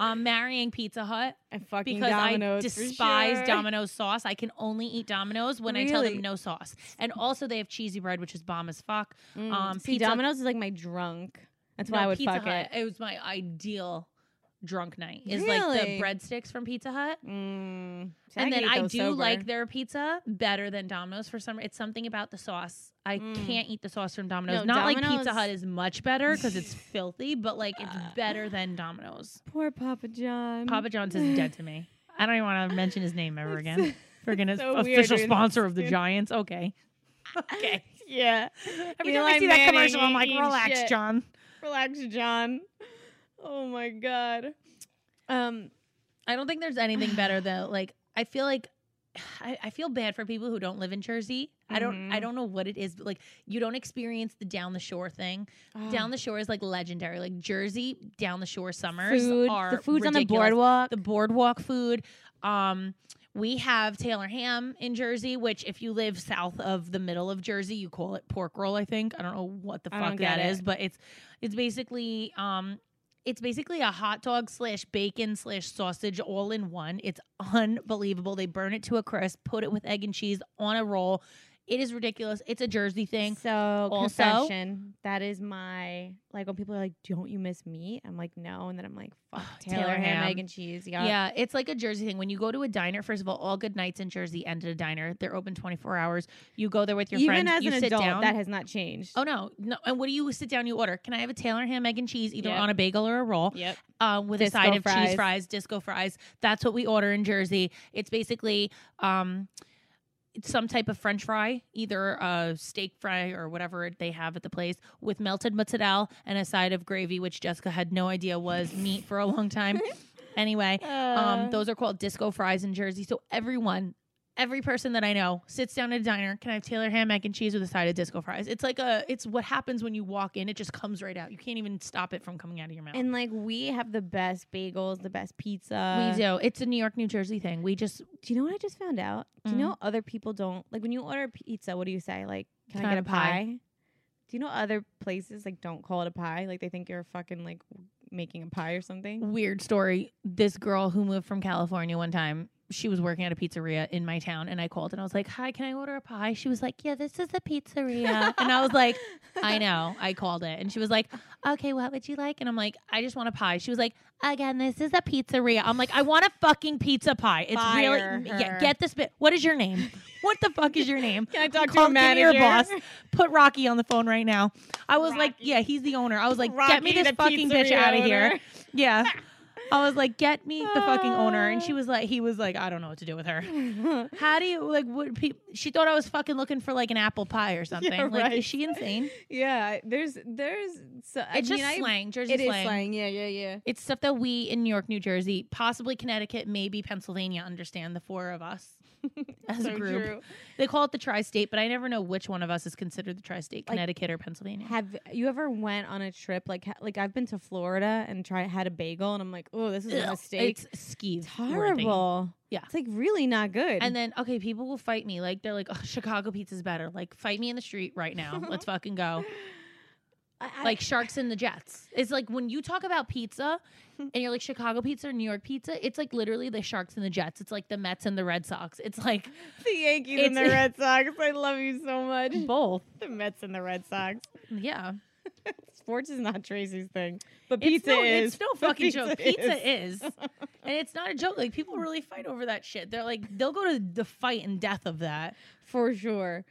Speaker 3: I'm marrying Pizza Hut
Speaker 1: And fucking
Speaker 3: because
Speaker 1: Domino's
Speaker 3: I
Speaker 1: for
Speaker 3: despise
Speaker 1: sure.
Speaker 3: Domino's sauce. I can only eat Domino's when I tell
Speaker 1: Really?
Speaker 3: them no sauce. And also, they have cheesy bread, which is bomb as fuck.
Speaker 1: Mm.
Speaker 3: Um,
Speaker 1: See,
Speaker 3: pizza-
Speaker 1: Domino's is like my drunk. That's why
Speaker 3: No,
Speaker 1: I would
Speaker 3: Pizza
Speaker 1: fuck
Speaker 3: Hut,
Speaker 1: it.
Speaker 3: was my ideal drunk night. Is like
Speaker 1: Really?
Speaker 3: the breadsticks from Pizza Hut.
Speaker 1: Mm. See,
Speaker 3: and
Speaker 1: can
Speaker 3: then
Speaker 1: eat
Speaker 3: I
Speaker 1: those
Speaker 3: do
Speaker 1: sober.
Speaker 3: like their pizza better than Domino's for some. It's something about the sauce. I
Speaker 1: Mm.
Speaker 3: can't eat the sauce from Domino's.
Speaker 1: No,
Speaker 3: Not like Pizza
Speaker 1: Domino's-
Speaker 3: Hut is much better because it's filthy, but like it's better than Domino's.
Speaker 1: poor Papa John.
Speaker 3: Papa John's is dead to me. I don't even want to mention his name ever
Speaker 1: That's-
Speaker 3: again. Friggin'
Speaker 1: so weird
Speaker 3: official
Speaker 1: doing
Speaker 3: sponsor
Speaker 1: this,
Speaker 3: of the
Speaker 1: dude.
Speaker 3: Giants. Okay. Okay.
Speaker 1: yeah,
Speaker 3: Every
Speaker 1: Eli
Speaker 3: time I see
Speaker 1: Manning
Speaker 3: that commercial, I'm like,
Speaker 1: eating
Speaker 3: relax,
Speaker 1: shit."
Speaker 3: John.
Speaker 1: relax, John. Oh my god. Um,
Speaker 3: I don't think there's anything better though. Like I feel like I, I feel bad for people who don't live in Jersey. I don't I
Speaker 1: Mhm.
Speaker 3: don't know what it is, but like you don't experience the down the shore thing.
Speaker 1: Mm.
Speaker 3: Down the shore is like legendary. Like Jersey down the shore summers
Speaker 1: ah, food,
Speaker 3: are
Speaker 1: the food's on the
Speaker 3: ridiculous.
Speaker 1: boardwalk.
Speaker 3: The boardwalk food. Um we have Taylor ham in Jersey, which if you live south of the middle of Jersey, you call it pork roll, I think. I don't know what the
Speaker 1: I don't
Speaker 3: fuck that
Speaker 1: get it.
Speaker 3: is, but it's it's basically um it's basically a hot dog slash bacon slash sausage all in one. It's unbelievable. They burn it to a crisp, put it with egg and cheese on a roll. It is ridiculous. It's a Jersey thing.
Speaker 1: So
Speaker 3: Also-
Speaker 1: confession, that is my like when people are like, "Don't you miss meat?" I'm like, "No," and then I'm like, "Fuck Taylor,
Speaker 3: Ah, Taylor
Speaker 1: ham, egg
Speaker 3: ham.
Speaker 1: and cheese."
Speaker 3: Yeah.
Speaker 1: Yeah.
Speaker 3: it's like a Jersey thing. When you go to a diner, first of all, all good nights in Jersey end at a diner. They're open 24 hours. You go there with your
Speaker 1: Even
Speaker 3: friends,
Speaker 1: as
Speaker 3: you
Speaker 1: an
Speaker 3: sit
Speaker 1: adult,
Speaker 3: down.
Speaker 1: that has not changed.
Speaker 3: oh no, no. And what do you sit down? You order. Can I have a Taylor ham, egg and cheese, either
Speaker 1: Yeah.
Speaker 3: on a bagel or a roll?
Speaker 1: Yep.
Speaker 3: um, with
Speaker 1: Disco
Speaker 3: a side of
Speaker 1: fries.
Speaker 3: cheese fries, disco fries. That's what we order in Jersey. It's basically um, it's some type of French fry, either a steak fry or whatever they have at the place, with melted mozzarella and a side of gravy, which Jessica had no idea was meat for a long time. anyway,
Speaker 1: Uh,
Speaker 3: um, those are called disco fries in Jersey. So everyone. Every person that I know sits down at a diner. Can I have Taylor ham, mac and cheese with a side of disco fries? It's like a, it's what happens when you walk in. It just comes right out. You can't even stop it from coming out of your mouth.
Speaker 1: and like we have the best bagels, the best pizza.
Speaker 3: We do. Uh, It's a New York, New Jersey thing. We just
Speaker 1: Do you know what I just found out? Do you
Speaker 3: Mm.
Speaker 1: know other people don't like when you order pizza? What do you say? Like, can, I get a pie? Do you know other places like don't call it a pie? Like they think you're fucking like w- making a pie or something.
Speaker 3: weird story. This girl who moved from California one time, she was working at a pizzeria in my town, and I called and I was like, "Hi, can I order a pie?" She was like, "Yeah, this is a pizzeria," and I was like, "I know." I called it, and she was like, "Okay, what would you like?" And I'm like, "I just want a pie." She was like, "Again, this is a pizzeria." I'm like, "I want a fucking pizza pie. It's
Speaker 1: Fire
Speaker 3: really
Speaker 1: her.
Speaker 3: yeah. Get this bit. What is your name? What the fuck is your name?"
Speaker 1: Can I talk
Speaker 3: Call-
Speaker 1: to a
Speaker 3: give me your
Speaker 1: manager?
Speaker 3: boss. Put Rocky on the phone right now. I was like,
Speaker 1: Rocky.
Speaker 3: yeah, he's the owner. I was like, get me
Speaker 1: Rocky,
Speaker 3: this
Speaker 1: the
Speaker 3: fucking bitch
Speaker 1: pizzeria
Speaker 3: out of
Speaker 1: owner.
Speaker 3: here. Yeah. I was like, get me the fucking owner.
Speaker 1: Ah.
Speaker 3: And she was like, he was like, I don't know what to do with her. How do you like? Would people? She thought I was fucking looking for like an apple pie or something. like,
Speaker 1: right.
Speaker 3: is she insane?
Speaker 1: yeah, there's there's so, I
Speaker 3: It's
Speaker 1: mean,
Speaker 3: just
Speaker 1: I-
Speaker 3: slang, Jersey
Speaker 1: It is
Speaker 3: slang.
Speaker 1: slang. Yeah, yeah, yeah.
Speaker 3: It's stuff that we in New York, New Jersey, possibly Connecticut, maybe Pennsylvania understand. The four of us as a
Speaker 1: So
Speaker 3: group.
Speaker 1: true.
Speaker 3: They call it the tri-state, but I never know which one of us is considered the tri-state:
Speaker 1: Like-
Speaker 3: Connecticut or Pennsylvania.
Speaker 1: Have you ever went on a trip like ha- like I've been to Florida and try had a bagel and I'm like, oh, this is a
Speaker 3: Ugh,
Speaker 1: mistake.
Speaker 3: It's skeeved.
Speaker 1: It's horrible.
Speaker 3: Yeah.
Speaker 1: it's like really not good.
Speaker 3: And then okay, people will fight me. Like they're like, oh, Chicago pizza's better. Like fight me in the street right now. Let's fucking
Speaker 1: I,
Speaker 3: go.
Speaker 1: I-
Speaker 3: Like sharks and the jets. It's like when you talk about pizza and you're like Chicago pizza or New York pizza, it's like literally the sharks and the jets. It's like the Mets and the Red Sox. It's like
Speaker 1: the Yankees and the
Speaker 3: it's-
Speaker 1: Red Sox. I love you so much.
Speaker 3: both.
Speaker 1: The Mets and the Red Sox.
Speaker 3: Yeah.
Speaker 1: Sports is not Tracy's thing, but
Speaker 3: It's
Speaker 1: pizza
Speaker 3: no,
Speaker 1: is.
Speaker 3: It's no
Speaker 1: But
Speaker 3: fucking
Speaker 1: pizza
Speaker 3: joke. Pizza is. Hmm. and it's not a joke. Like people really fight over that shit. They're like they'll go to the fight and death of that.
Speaker 1: for sure.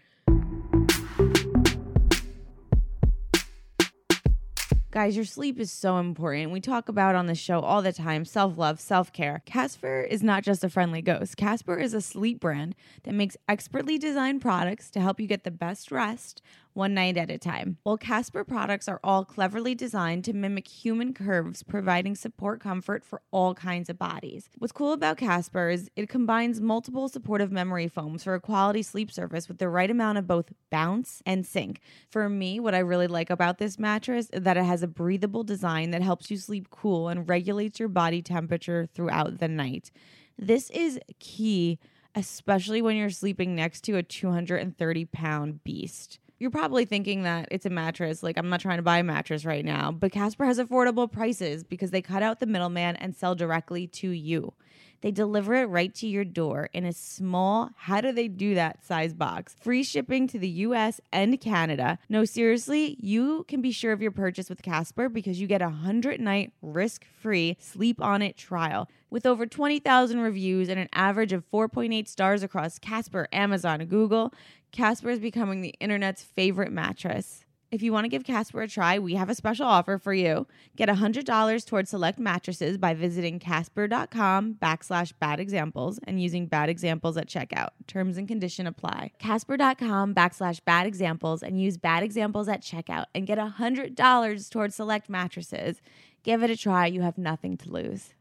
Speaker 1: Guys, your sleep is so important. We talk about on the show all the time self love, self care. Casper is not just a friendly ghost. Casper is a sleep brand that makes expertly designed products to help you get the best rest one night at a time. While Casper products are all cleverly designed to mimic human curves, providing support comfort for all kinds of bodies. What's cool about Casper is it combines multiple supportive memory foams for a quality sleep surface with the right amount of both bounce and sink. For me, what I really like about this mattress is that it has a breathable design that helps you sleep cool and regulates your body temperature throughout the night. This is key, especially when you're sleeping next to a 230 pound beast. You're probably thinking that it's a mattress. Like, I'm not trying to buy a mattress right now, but Casper has affordable prices because they cut out the middleman and sell directly to you. They deliver it right to your door in a small, how do they do that size box? Free shipping to the US and Canada. No, seriously, you can be sure of your purchase with Casper because you get a 100 night risk free sleep on it trial. With over 20,000 reviews and an average of 4.8 stars across Casper, Amazon, and Google, Casper is becoming the internet's favorite mattress. If you want to give Casper a try, we have a special offer for you. Get $100 towards select mattresses by visiting casper.com backslash bad examples and using bad examples at checkout. Terms and condition apply. Casper.com backslash bad examples and use bad examples at checkout and get $100 towards select mattresses. Give it a try. You have nothing to lose.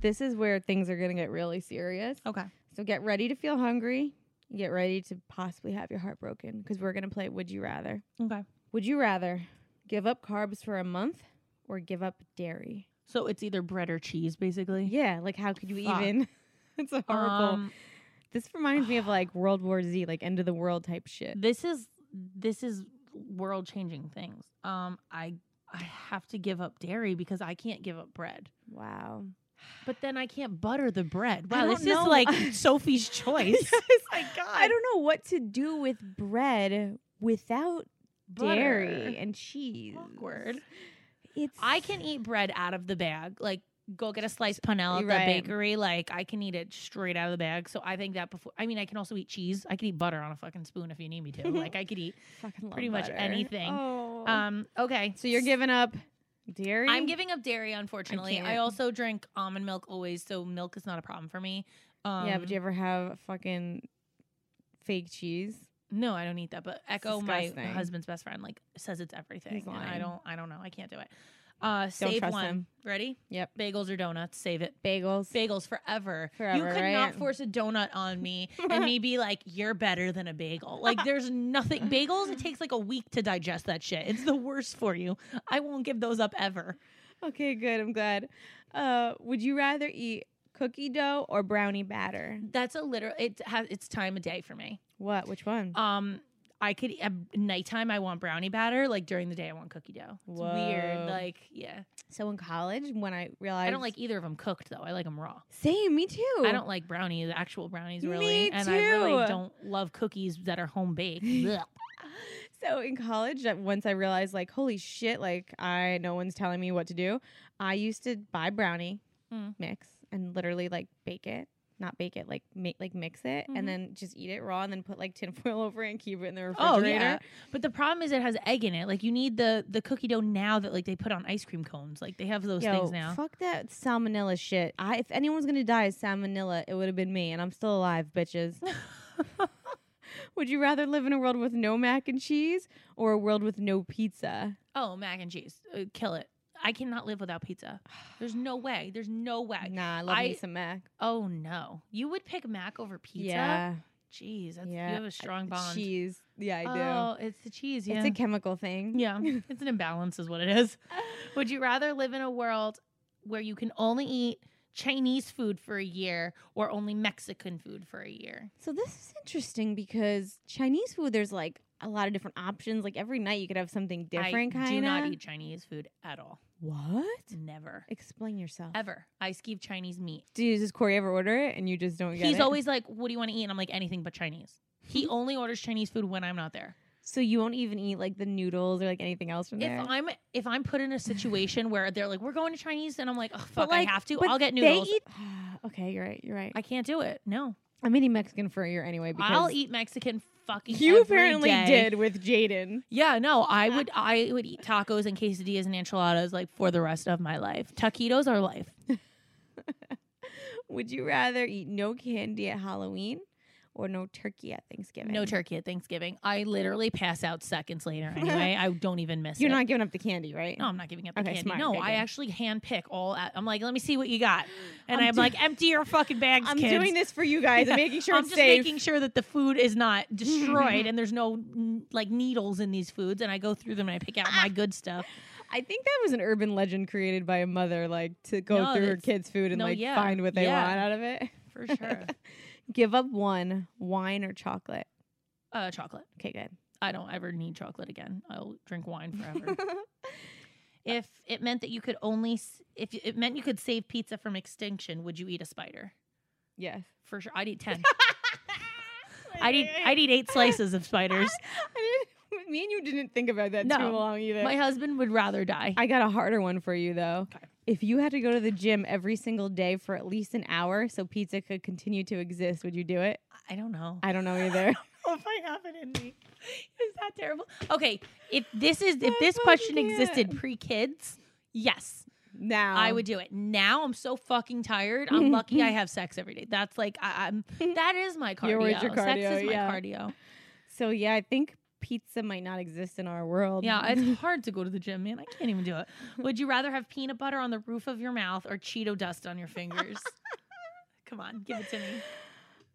Speaker 1: This is where things are going to get really serious.
Speaker 3: Okay.
Speaker 1: So get ready to feel hungry. Get ready to possibly have your heart broken because we're going to play Would You Rather.
Speaker 3: Okay.
Speaker 1: Would you rather give up carbs for a month or give up dairy?
Speaker 3: So it's either bread or cheese, basically.
Speaker 1: Yeah, like how could you
Speaker 3: Fuck.
Speaker 1: even? it's a horrible.
Speaker 3: Um,
Speaker 1: this reminds me of like World War Z, like end of the world type shit.
Speaker 3: this is this is world changing things. Um, I I have to give up dairy because I can't give up bread.
Speaker 1: Wow.
Speaker 3: But then I can't butter the bread.
Speaker 1: I
Speaker 3: Wow,
Speaker 1: don't
Speaker 3: this
Speaker 1: know. Oh
Speaker 3: is like Sophie's choice.
Speaker 1: my God. I don't know what to do with bread without dairy
Speaker 3: Butter.
Speaker 1: and cheese.
Speaker 3: Awkward.
Speaker 1: It's
Speaker 3: I can eat bread out of the bag. Like go get a sliced panelle at
Speaker 1: Right.
Speaker 3: the bakery. Like I can eat it straight out of the bag. So I think that before I mean I can also eat cheese. I can eat butter on a fucking spoon if you need me to. Like I could eat.
Speaker 1: fucking love
Speaker 3: pretty much
Speaker 1: butter.
Speaker 3: anything.
Speaker 1: Oh.
Speaker 3: Um okay.
Speaker 1: so you're giving up dairy?
Speaker 3: I'm giving up dairy, unfortunately. I,
Speaker 1: can't.
Speaker 3: also drink almond milk always, so milk is not a problem for me. Um,
Speaker 1: yeah, but you ever have fucking fake cheese?
Speaker 3: no, I don't eat that. But Echo, my
Speaker 1: disgusting.
Speaker 3: husband's best friend, like says it's everything.
Speaker 1: He's
Speaker 3: and I
Speaker 1: lying.
Speaker 3: don't, I don't know. I can't do it. Uh, save
Speaker 1: trust
Speaker 3: one.
Speaker 1: him.
Speaker 3: Ready?
Speaker 1: Yep.
Speaker 3: Bagels or donuts? Save it.
Speaker 1: Bagels.
Speaker 3: Bagels forever. you
Speaker 1: Forever,
Speaker 3: could
Speaker 1: right?
Speaker 3: not force a donut on me and me be like, "You're better than a bagel." Like, there's nothing. Bagels. It takes like a week to digest that shit. It's the worst for you. I won't give those up ever.
Speaker 1: okay, good. I'm glad. Uh, would you rather eat cookie dough or brownie batter?
Speaker 3: That's a literal. It has. It's time of day for me.
Speaker 1: What? Which one?
Speaker 3: Um, I could at nighttime I want brownie batter. Like during the day I want cookie dough. It's
Speaker 1: Whoa.
Speaker 3: weird. Like yeah,
Speaker 1: so in college, when I realized
Speaker 3: I don't like either of them cooked though. I like them raw.
Speaker 1: Same, me too.
Speaker 3: I don't like brownie, the actual brownies
Speaker 1: Me
Speaker 3: really, and I really
Speaker 1: too.
Speaker 3: don't love cookies that are home baked. Blech.
Speaker 1: So in college, that once I realized, like, holy shit, like I no one's telling me what to do. I used to buy brownie
Speaker 3: Mm.
Speaker 1: mix and literally like bake it not bake it, like make like mix it,
Speaker 3: Mhm.
Speaker 1: and then just eat it raw, and then put like tinfoil over it and keep it in the
Speaker 3: Oh
Speaker 1: refrigerator.
Speaker 3: yeah, but the problem is it has egg in it. Like you need the the cookie dough now that like they put on ice cream cones. Like they have those
Speaker 1: Yo,
Speaker 3: things now.
Speaker 1: fuck that salmonella shit. I, if anyone's gonna die of salmonella, it would have been me, and I'm still alive, bitches. would you rather live in a world with no mac and cheese or a world with no pizza?
Speaker 3: oh, mac and cheese, uh, kill it. I cannot live without pizza. There's no way. There's no way.
Speaker 1: Nah, I love
Speaker 3: I-
Speaker 1: me some mac.
Speaker 3: Oh no, you would pick mac over pizza.
Speaker 1: Yeah,
Speaker 3: Jeez, that's,
Speaker 1: Yeah. Uh,
Speaker 3: you have a strong bond.
Speaker 1: cheese. Yeah, I do.
Speaker 3: Oh, it's the cheese. Yeah.
Speaker 1: It's a chemical thing.
Speaker 3: Yeah, it's an imbalance, is what it is. Would you rather live in a world where you can only eat Chinese food for a year or only Mexican food for a year?
Speaker 1: So this is interesting because Chinese food, there's like a lot of different options. Like every night, you could have something different.
Speaker 3: I
Speaker 1: Kind of.
Speaker 3: do not eat Chinese food at all.
Speaker 1: What?
Speaker 3: Never,
Speaker 1: Explain yourself.
Speaker 3: ever. I skeeve Chinese meat.
Speaker 1: Dude, does Corey ever order it and you just don't get it?
Speaker 3: He's always like, "What do you want to eat?" And I'm like, "Anything but Chinese." He only orders Chinese food when I'm not there.
Speaker 1: So you won't even eat like the noodles or like anything else from there.
Speaker 3: If I'm if I'm put in a situation where they're like, "We're going to Chinese," and I'm like, "Oh fuck,
Speaker 1: like,
Speaker 3: I have to,"
Speaker 1: but
Speaker 3: I'll get noodles.
Speaker 1: They eat. okay, you're right. You're right.
Speaker 3: I can't do it. No,
Speaker 1: I, am eating Mexican for a year anyway because
Speaker 3: I'll eat Mexican fucking.
Speaker 1: You
Speaker 3: every
Speaker 1: apparently
Speaker 3: day.
Speaker 1: did with Jaden.
Speaker 3: Yeah, no, I would I would eat tacos and quesadillas and enchiladas like for the rest of my life. Taquitos are life.
Speaker 1: Would you rather eat no candy at Halloween or no turkey at Thanksgiving?
Speaker 3: No turkey at Thanksgiving. I literally pass out seconds later anyway. I don't even miss
Speaker 1: You're
Speaker 3: it.
Speaker 1: not giving up the candy, right?
Speaker 3: No, I'm not giving up the
Speaker 1: Okay,
Speaker 3: candy.
Speaker 1: smart.
Speaker 3: No,
Speaker 1: Good,
Speaker 3: I
Speaker 1: good.
Speaker 3: actually handpick all. At, I'm like, let me see what you got, and
Speaker 1: I'm
Speaker 3: I'm,
Speaker 1: do-
Speaker 3: like, empty your fucking bags,
Speaker 1: I'm
Speaker 3: kids.
Speaker 1: doing this for you guys. I'm making sure
Speaker 3: I'm
Speaker 1: it's
Speaker 3: just
Speaker 1: safe.
Speaker 3: making sure that the food is not destroyed and there's no n- like needles in these foods. And I go through them and I pick out my good stuff.
Speaker 1: I think that was an urban legend created by a mother, like to go
Speaker 3: No,
Speaker 1: through her
Speaker 3: that's-
Speaker 1: kids' food and
Speaker 3: no,
Speaker 1: like
Speaker 3: yeah,
Speaker 1: find what they
Speaker 3: yeah.
Speaker 1: want out of it.
Speaker 3: For sure.
Speaker 1: Give up one wine or chocolate.
Speaker 3: uh, chocolate.
Speaker 1: Okay, good.
Speaker 3: I don't ever need chocolate again. I'll drink wine forever. if it meant that you could only, s- if it meant you could save pizza from extinction, would you eat a spider?
Speaker 1: yes.
Speaker 3: For sure. I'd eat 10. I'd eat, I'd eat eight slices of spiders.
Speaker 1: I didn't, me and you didn't think about that too
Speaker 3: No.
Speaker 1: long either.
Speaker 3: My husband would rather die.
Speaker 1: I got a harder one for you though.
Speaker 3: Okay.
Speaker 1: If you had to go to the gym every single day for at least an hour so pizza could continue to exist, would you do it?
Speaker 3: I don't know.
Speaker 1: I don't know either.
Speaker 3: Oh, if I have it in me. Is that terrible? Okay, if this is
Speaker 1: I
Speaker 3: if this
Speaker 1: fucking
Speaker 3: question
Speaker 1: can't.
Speaker 3: existed pre kids, yes,
Speaker 1: now
Speaker 3: I would do it. Now I'm so fucking tired. I'm lucky I have sex every day. That's like I, I'm. That is my cardio.
Speaker 1: You're with your cardio,
Speaker 3: sex is my
Speaker 1: yeah.
Speaker 3: cardio.
Speaker 1: So yeah, I think pizza might not exist in our world.
Speaker 3: Yeah, it's hard to go to the gym, man. I can't even do it. Would you rather have peanut butter on the roof of your mouth or Cheeto dust on your fingers? Come on, give it to me.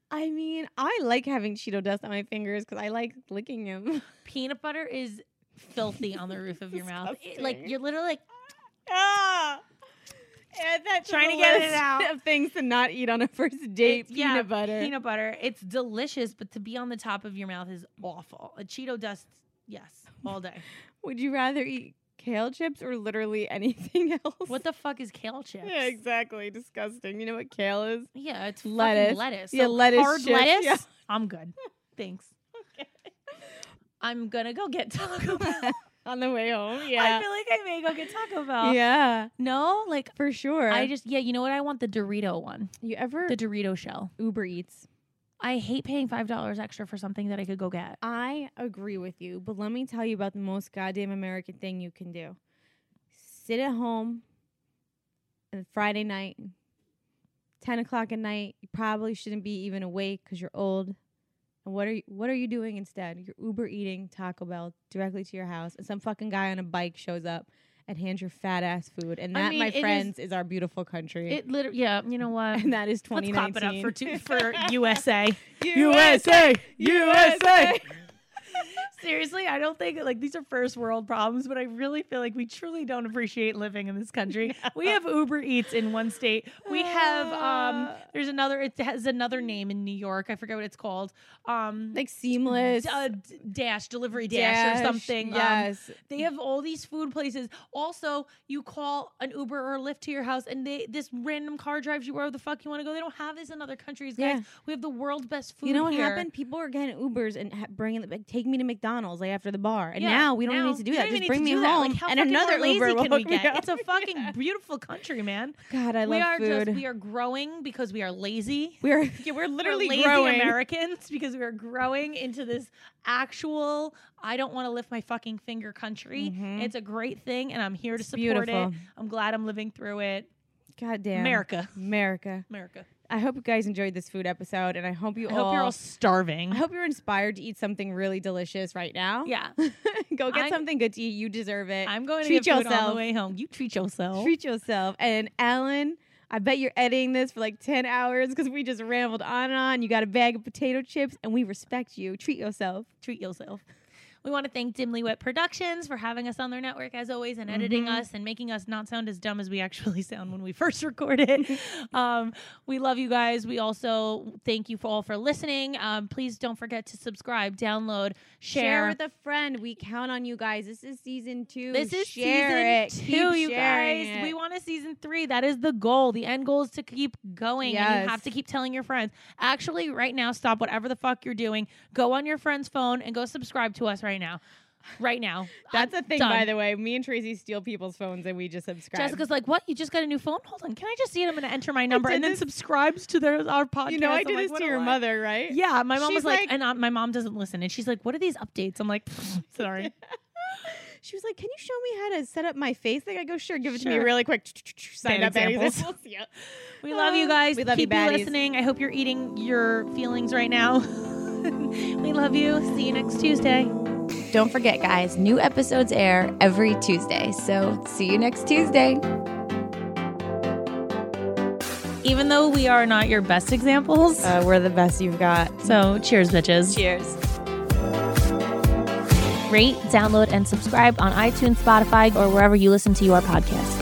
Speaker 1: I mean, I like having Cheeto dust on my fingers because I like licking them.
Speaker 3: Peanut butter is filthy on the roof of your mouth. It- like
Speaker 1: Disgusting.
Speaker 3: you're literally like
Speaker 1: ah! Add that
Speaker 3: Trying to get it out.
Speaker 1: of things to not eat on a first date.
Speaker 3: It's- yeah,
Speaker 1: peanut butter.
Speaker 3: Peanut butter. It's delicious, but to be on the top of your mouth is awful. A Cheeto dust, yes, all day.
Speaker 1: Would you rather eat kale chips or literally anything else?
Speaker 3: What the fuck is kale chips?
Speaker 1: Yeah, exactly. Disgusting. You know what kale is?
Speaker 3: Yeah, it's
Speaker 1: Lettuce.
Speaker 3: lettuce. Lettuce.
Speaker 1: Yeah,
Speaker 3: So
Speaker 1: lettuce
Speaker 3: Hard
Speaker 1: chips,
Speaker 3: lettuce.
Speaker 1: yeah.
Speaker 3: I'm good. Thanks. I'm gonna go get Taco Bell.
Speaker 1: On the way home,
Speaker 3: I
Speaker 1: yeah,
Speaker 3: feel like I may go get Taco Bell.
Speaker 1: yeah,
Speaker 3: No, like
Speaker 1: for sure.
Speaker 3: I just yeah. You know what? I want the Dorito one,
Speaker 1: you ever
Speaker 3: the Dorito shell.
Speaker 1: Uber Eats?
Speaker 3: I hate paying five dollars extra for something that I could go get.
Speaker 1: I agree with you, but let me tell you about the most goddamn American thing you can do. Sit at home on Friday night, 10 o'clock at night. You probably shouldn't be even awake because you're old. And what are you, what are you doing instead? You're Uber eating Taco Bell directly to your house, and some fucking guy on a bike shows up and hands your fat ass food. And
Speaker 3: I
Speaker 1: that,
Speaker 3: mean,
Speaker 1: my
Speaker 3: it is-
Speaker 1: friends, is, our beautiful country.
Speaker 3: It literally yeah. You know what?
Speaker 1: and that is
Speaker 3: Let's
Speaker 1: 2019.
Speaker 3: clap it up for two for USA.
Speaker 1: USA, USA.
Speaker 3: Seriously, I don't think like these are first world problems, but I really feel like we truly don't appreciate living in this country. We have Uber Eats in one state. We have um
Speaker 1: Uh.
Speaker 3: there's another it has another name in New York. I forget what it's called. Um
Speaker 1: like seamless.
Speaker 3: d- uh, d- dash delivery dash, or something. Um,
Speaker 1: Yes.
Speaker 3: they have all these food places. Also, you call an Uber or a Lyft to your house, and they this random car drives you wherever the fuck you want to go. They don't have this in other countries, guys.
Speaker 1: Yeah.
Speaker 3: We have the world's best food.
Speaker 1: you know what
Speaker 3: here.
Speaker 1: happened? People were getting Ubers and ha- bringing the, like, take me to McDonald's like after the bar, and
Speaker 3: Yeah,
Speaker 1: now we don't even
Speaker 3: now
Speaker 1: need to do
Speaker 3: we
Speaker 1: that.
Speaker 3: don't
Speaker 1: Just
Speaker 3: even need
Speaker 1: bring
Speaker 3: to
Speaker 1: me
Speaker 3: do that. Like,
Speaker 1: home,
Speaker 3: how
Speaker 1: and
Speaker 3: fucking more
Speaker 1: another
Speaker 3: lazy
Speaker 1: Uber
Speaker 3: can
Speaker 1: will
Speaker 3: we
Speaker 1: hook
Speaker 3: get?
Speaker 1: up.
Speaker 3: It's a fucking
Speaker 1: Yeah.
Speaker 3: beautiful country, man.
Speaker 1: God. I love
Speaker 3: we are
Speaker 1: food.
Speaker 3: just we are growing because we are lazy.
Speaker 1: we are
Speaker 3: Yeah, we're literally
Speaker 1: lazy
Speaker 3: growing Americans because we're growing into this actual I don't want to lift my fucking finger country.
Speaker 1: Mhm.
Speaker 3: It's a great thing and I'm here to
Speaker 1: It's
Speaker 3: support
Speaker 1: beautiful.
Speaker 3: it. I'm glad I'm living through it.
Speaker 1: God damn
Speaker 3: America.
Speaker 1: America.
Speaker 3: America.
Speaker 1: I hope you guys enjoyed this food episode, and I hope you
Speaker 3: I hope you're all starving.
Speaker 1: I hope you're inspired to eat something really delicious right now.
Speaker 3: yeah.
Speaker 1: Go get
Speaker 3: I'm-
Speaker 1: something good to eat. You deserve it.
Speaker 3: I'm going to
Speaker 1: Treat
Speaker 3: get food on
Speaker 1: yourself.
Speaker 3: the way home. You treat yourself.
Speaker 1: Treat yourself. And Alan, I bet you're editing this for like 10 hours because we just rambled on and on. You got a bag of potato chips, and we respect you. Treat yourself.
Speaker 3: treat yourself. We want to thank Dimly Wet Productions for having us on their network as always and editing
Speaker 1: Mhm.
Speaker 3: us and making us not sound as dumb as we actually sound when we first record it. um, we love you guys. We also thank you for all for listening. Um, please don't forget to subscribe, download, share.
Speaker 1: with a friend. We count on you guys. This is season two.
Speaker 3: this is
Speaker 1: share
Speaker 3: season
Speaker 1: it.
Speaker 3: two,
Speaker 1: Keep
Speaker 3: you
Speaker 1: sharing
Speaker 3: guys.
Speaker 1: it.
Speaker 3: We want a season three. That is the goal. The end goal is to keep going. And
Speaker 1: Yes.
Speaker 3: you have to keep telling your friends. Actually, right now, stop whatever the fuck you're doing. Go on your friend's phone and go subscribe to us right now. Right now.
Speaker 1: That's a thing,
Speaker 3: done.
Speaker 1: by the way. Me and Tracy steal people's phones and we just subscribe.
Speaker 3: Jessica's like, "What? You just got a new phone? Hold on, can I just see it? I'm going to enter my number
Speaker 1: did
Speaker 3: and then
Speaker 1: this-
Speaker 3: subscribes to their our podcast."
Speaker 1: you know, I
Speaker 3: I'm
Speaker 1: did
Speaker 3: like,
Speaker 1: this
Speaker 3: "What
Speaker 1: to
Speaker 3: a
Speaker 1: your
Speaker 3: lie."
Speaker 1: mother, right?
Speaker 3: Yeah, my mom
Speaker 1: She's
Speaker 3: was like,
Speaker 1: like-
Speaker 3: and uh, my mom doesn't listen, and she's like, "What are these updates?" I'm like, "Sorry,
Speaker 1: She was like, "Can you show me how to set up my face thing?" I go, "Sure, give it to me
Speaker 3: Sure.
Speaker 1: really quick." Sign
Speaker 3: Bad
Speaker 1: up bad
Speaker 3: examples.
Speaker 1: examples. Yeah.
Speaker 3: we love you guys.
Speaker 1: We love you,
Speaker 3: Keep you
Speaker 1: baddies.
Speaker 3: listening. I hope you're eating your feelings right now. we love you. See you next Tuesday."
Speaker 4: Don't forget, guys, new episodes air every Tuesday. So see you next Tuesday.
Speaker 3: Even though we are not your best examples,
Speaker 1: Uh, we're the best you've got.
Speaker 3: so cheers, bitches.
Speaker 4: Cheers.
Speaker 2: Rate, download, and subscribe on iTunes, Spotify, or wherever you listen to your podcast.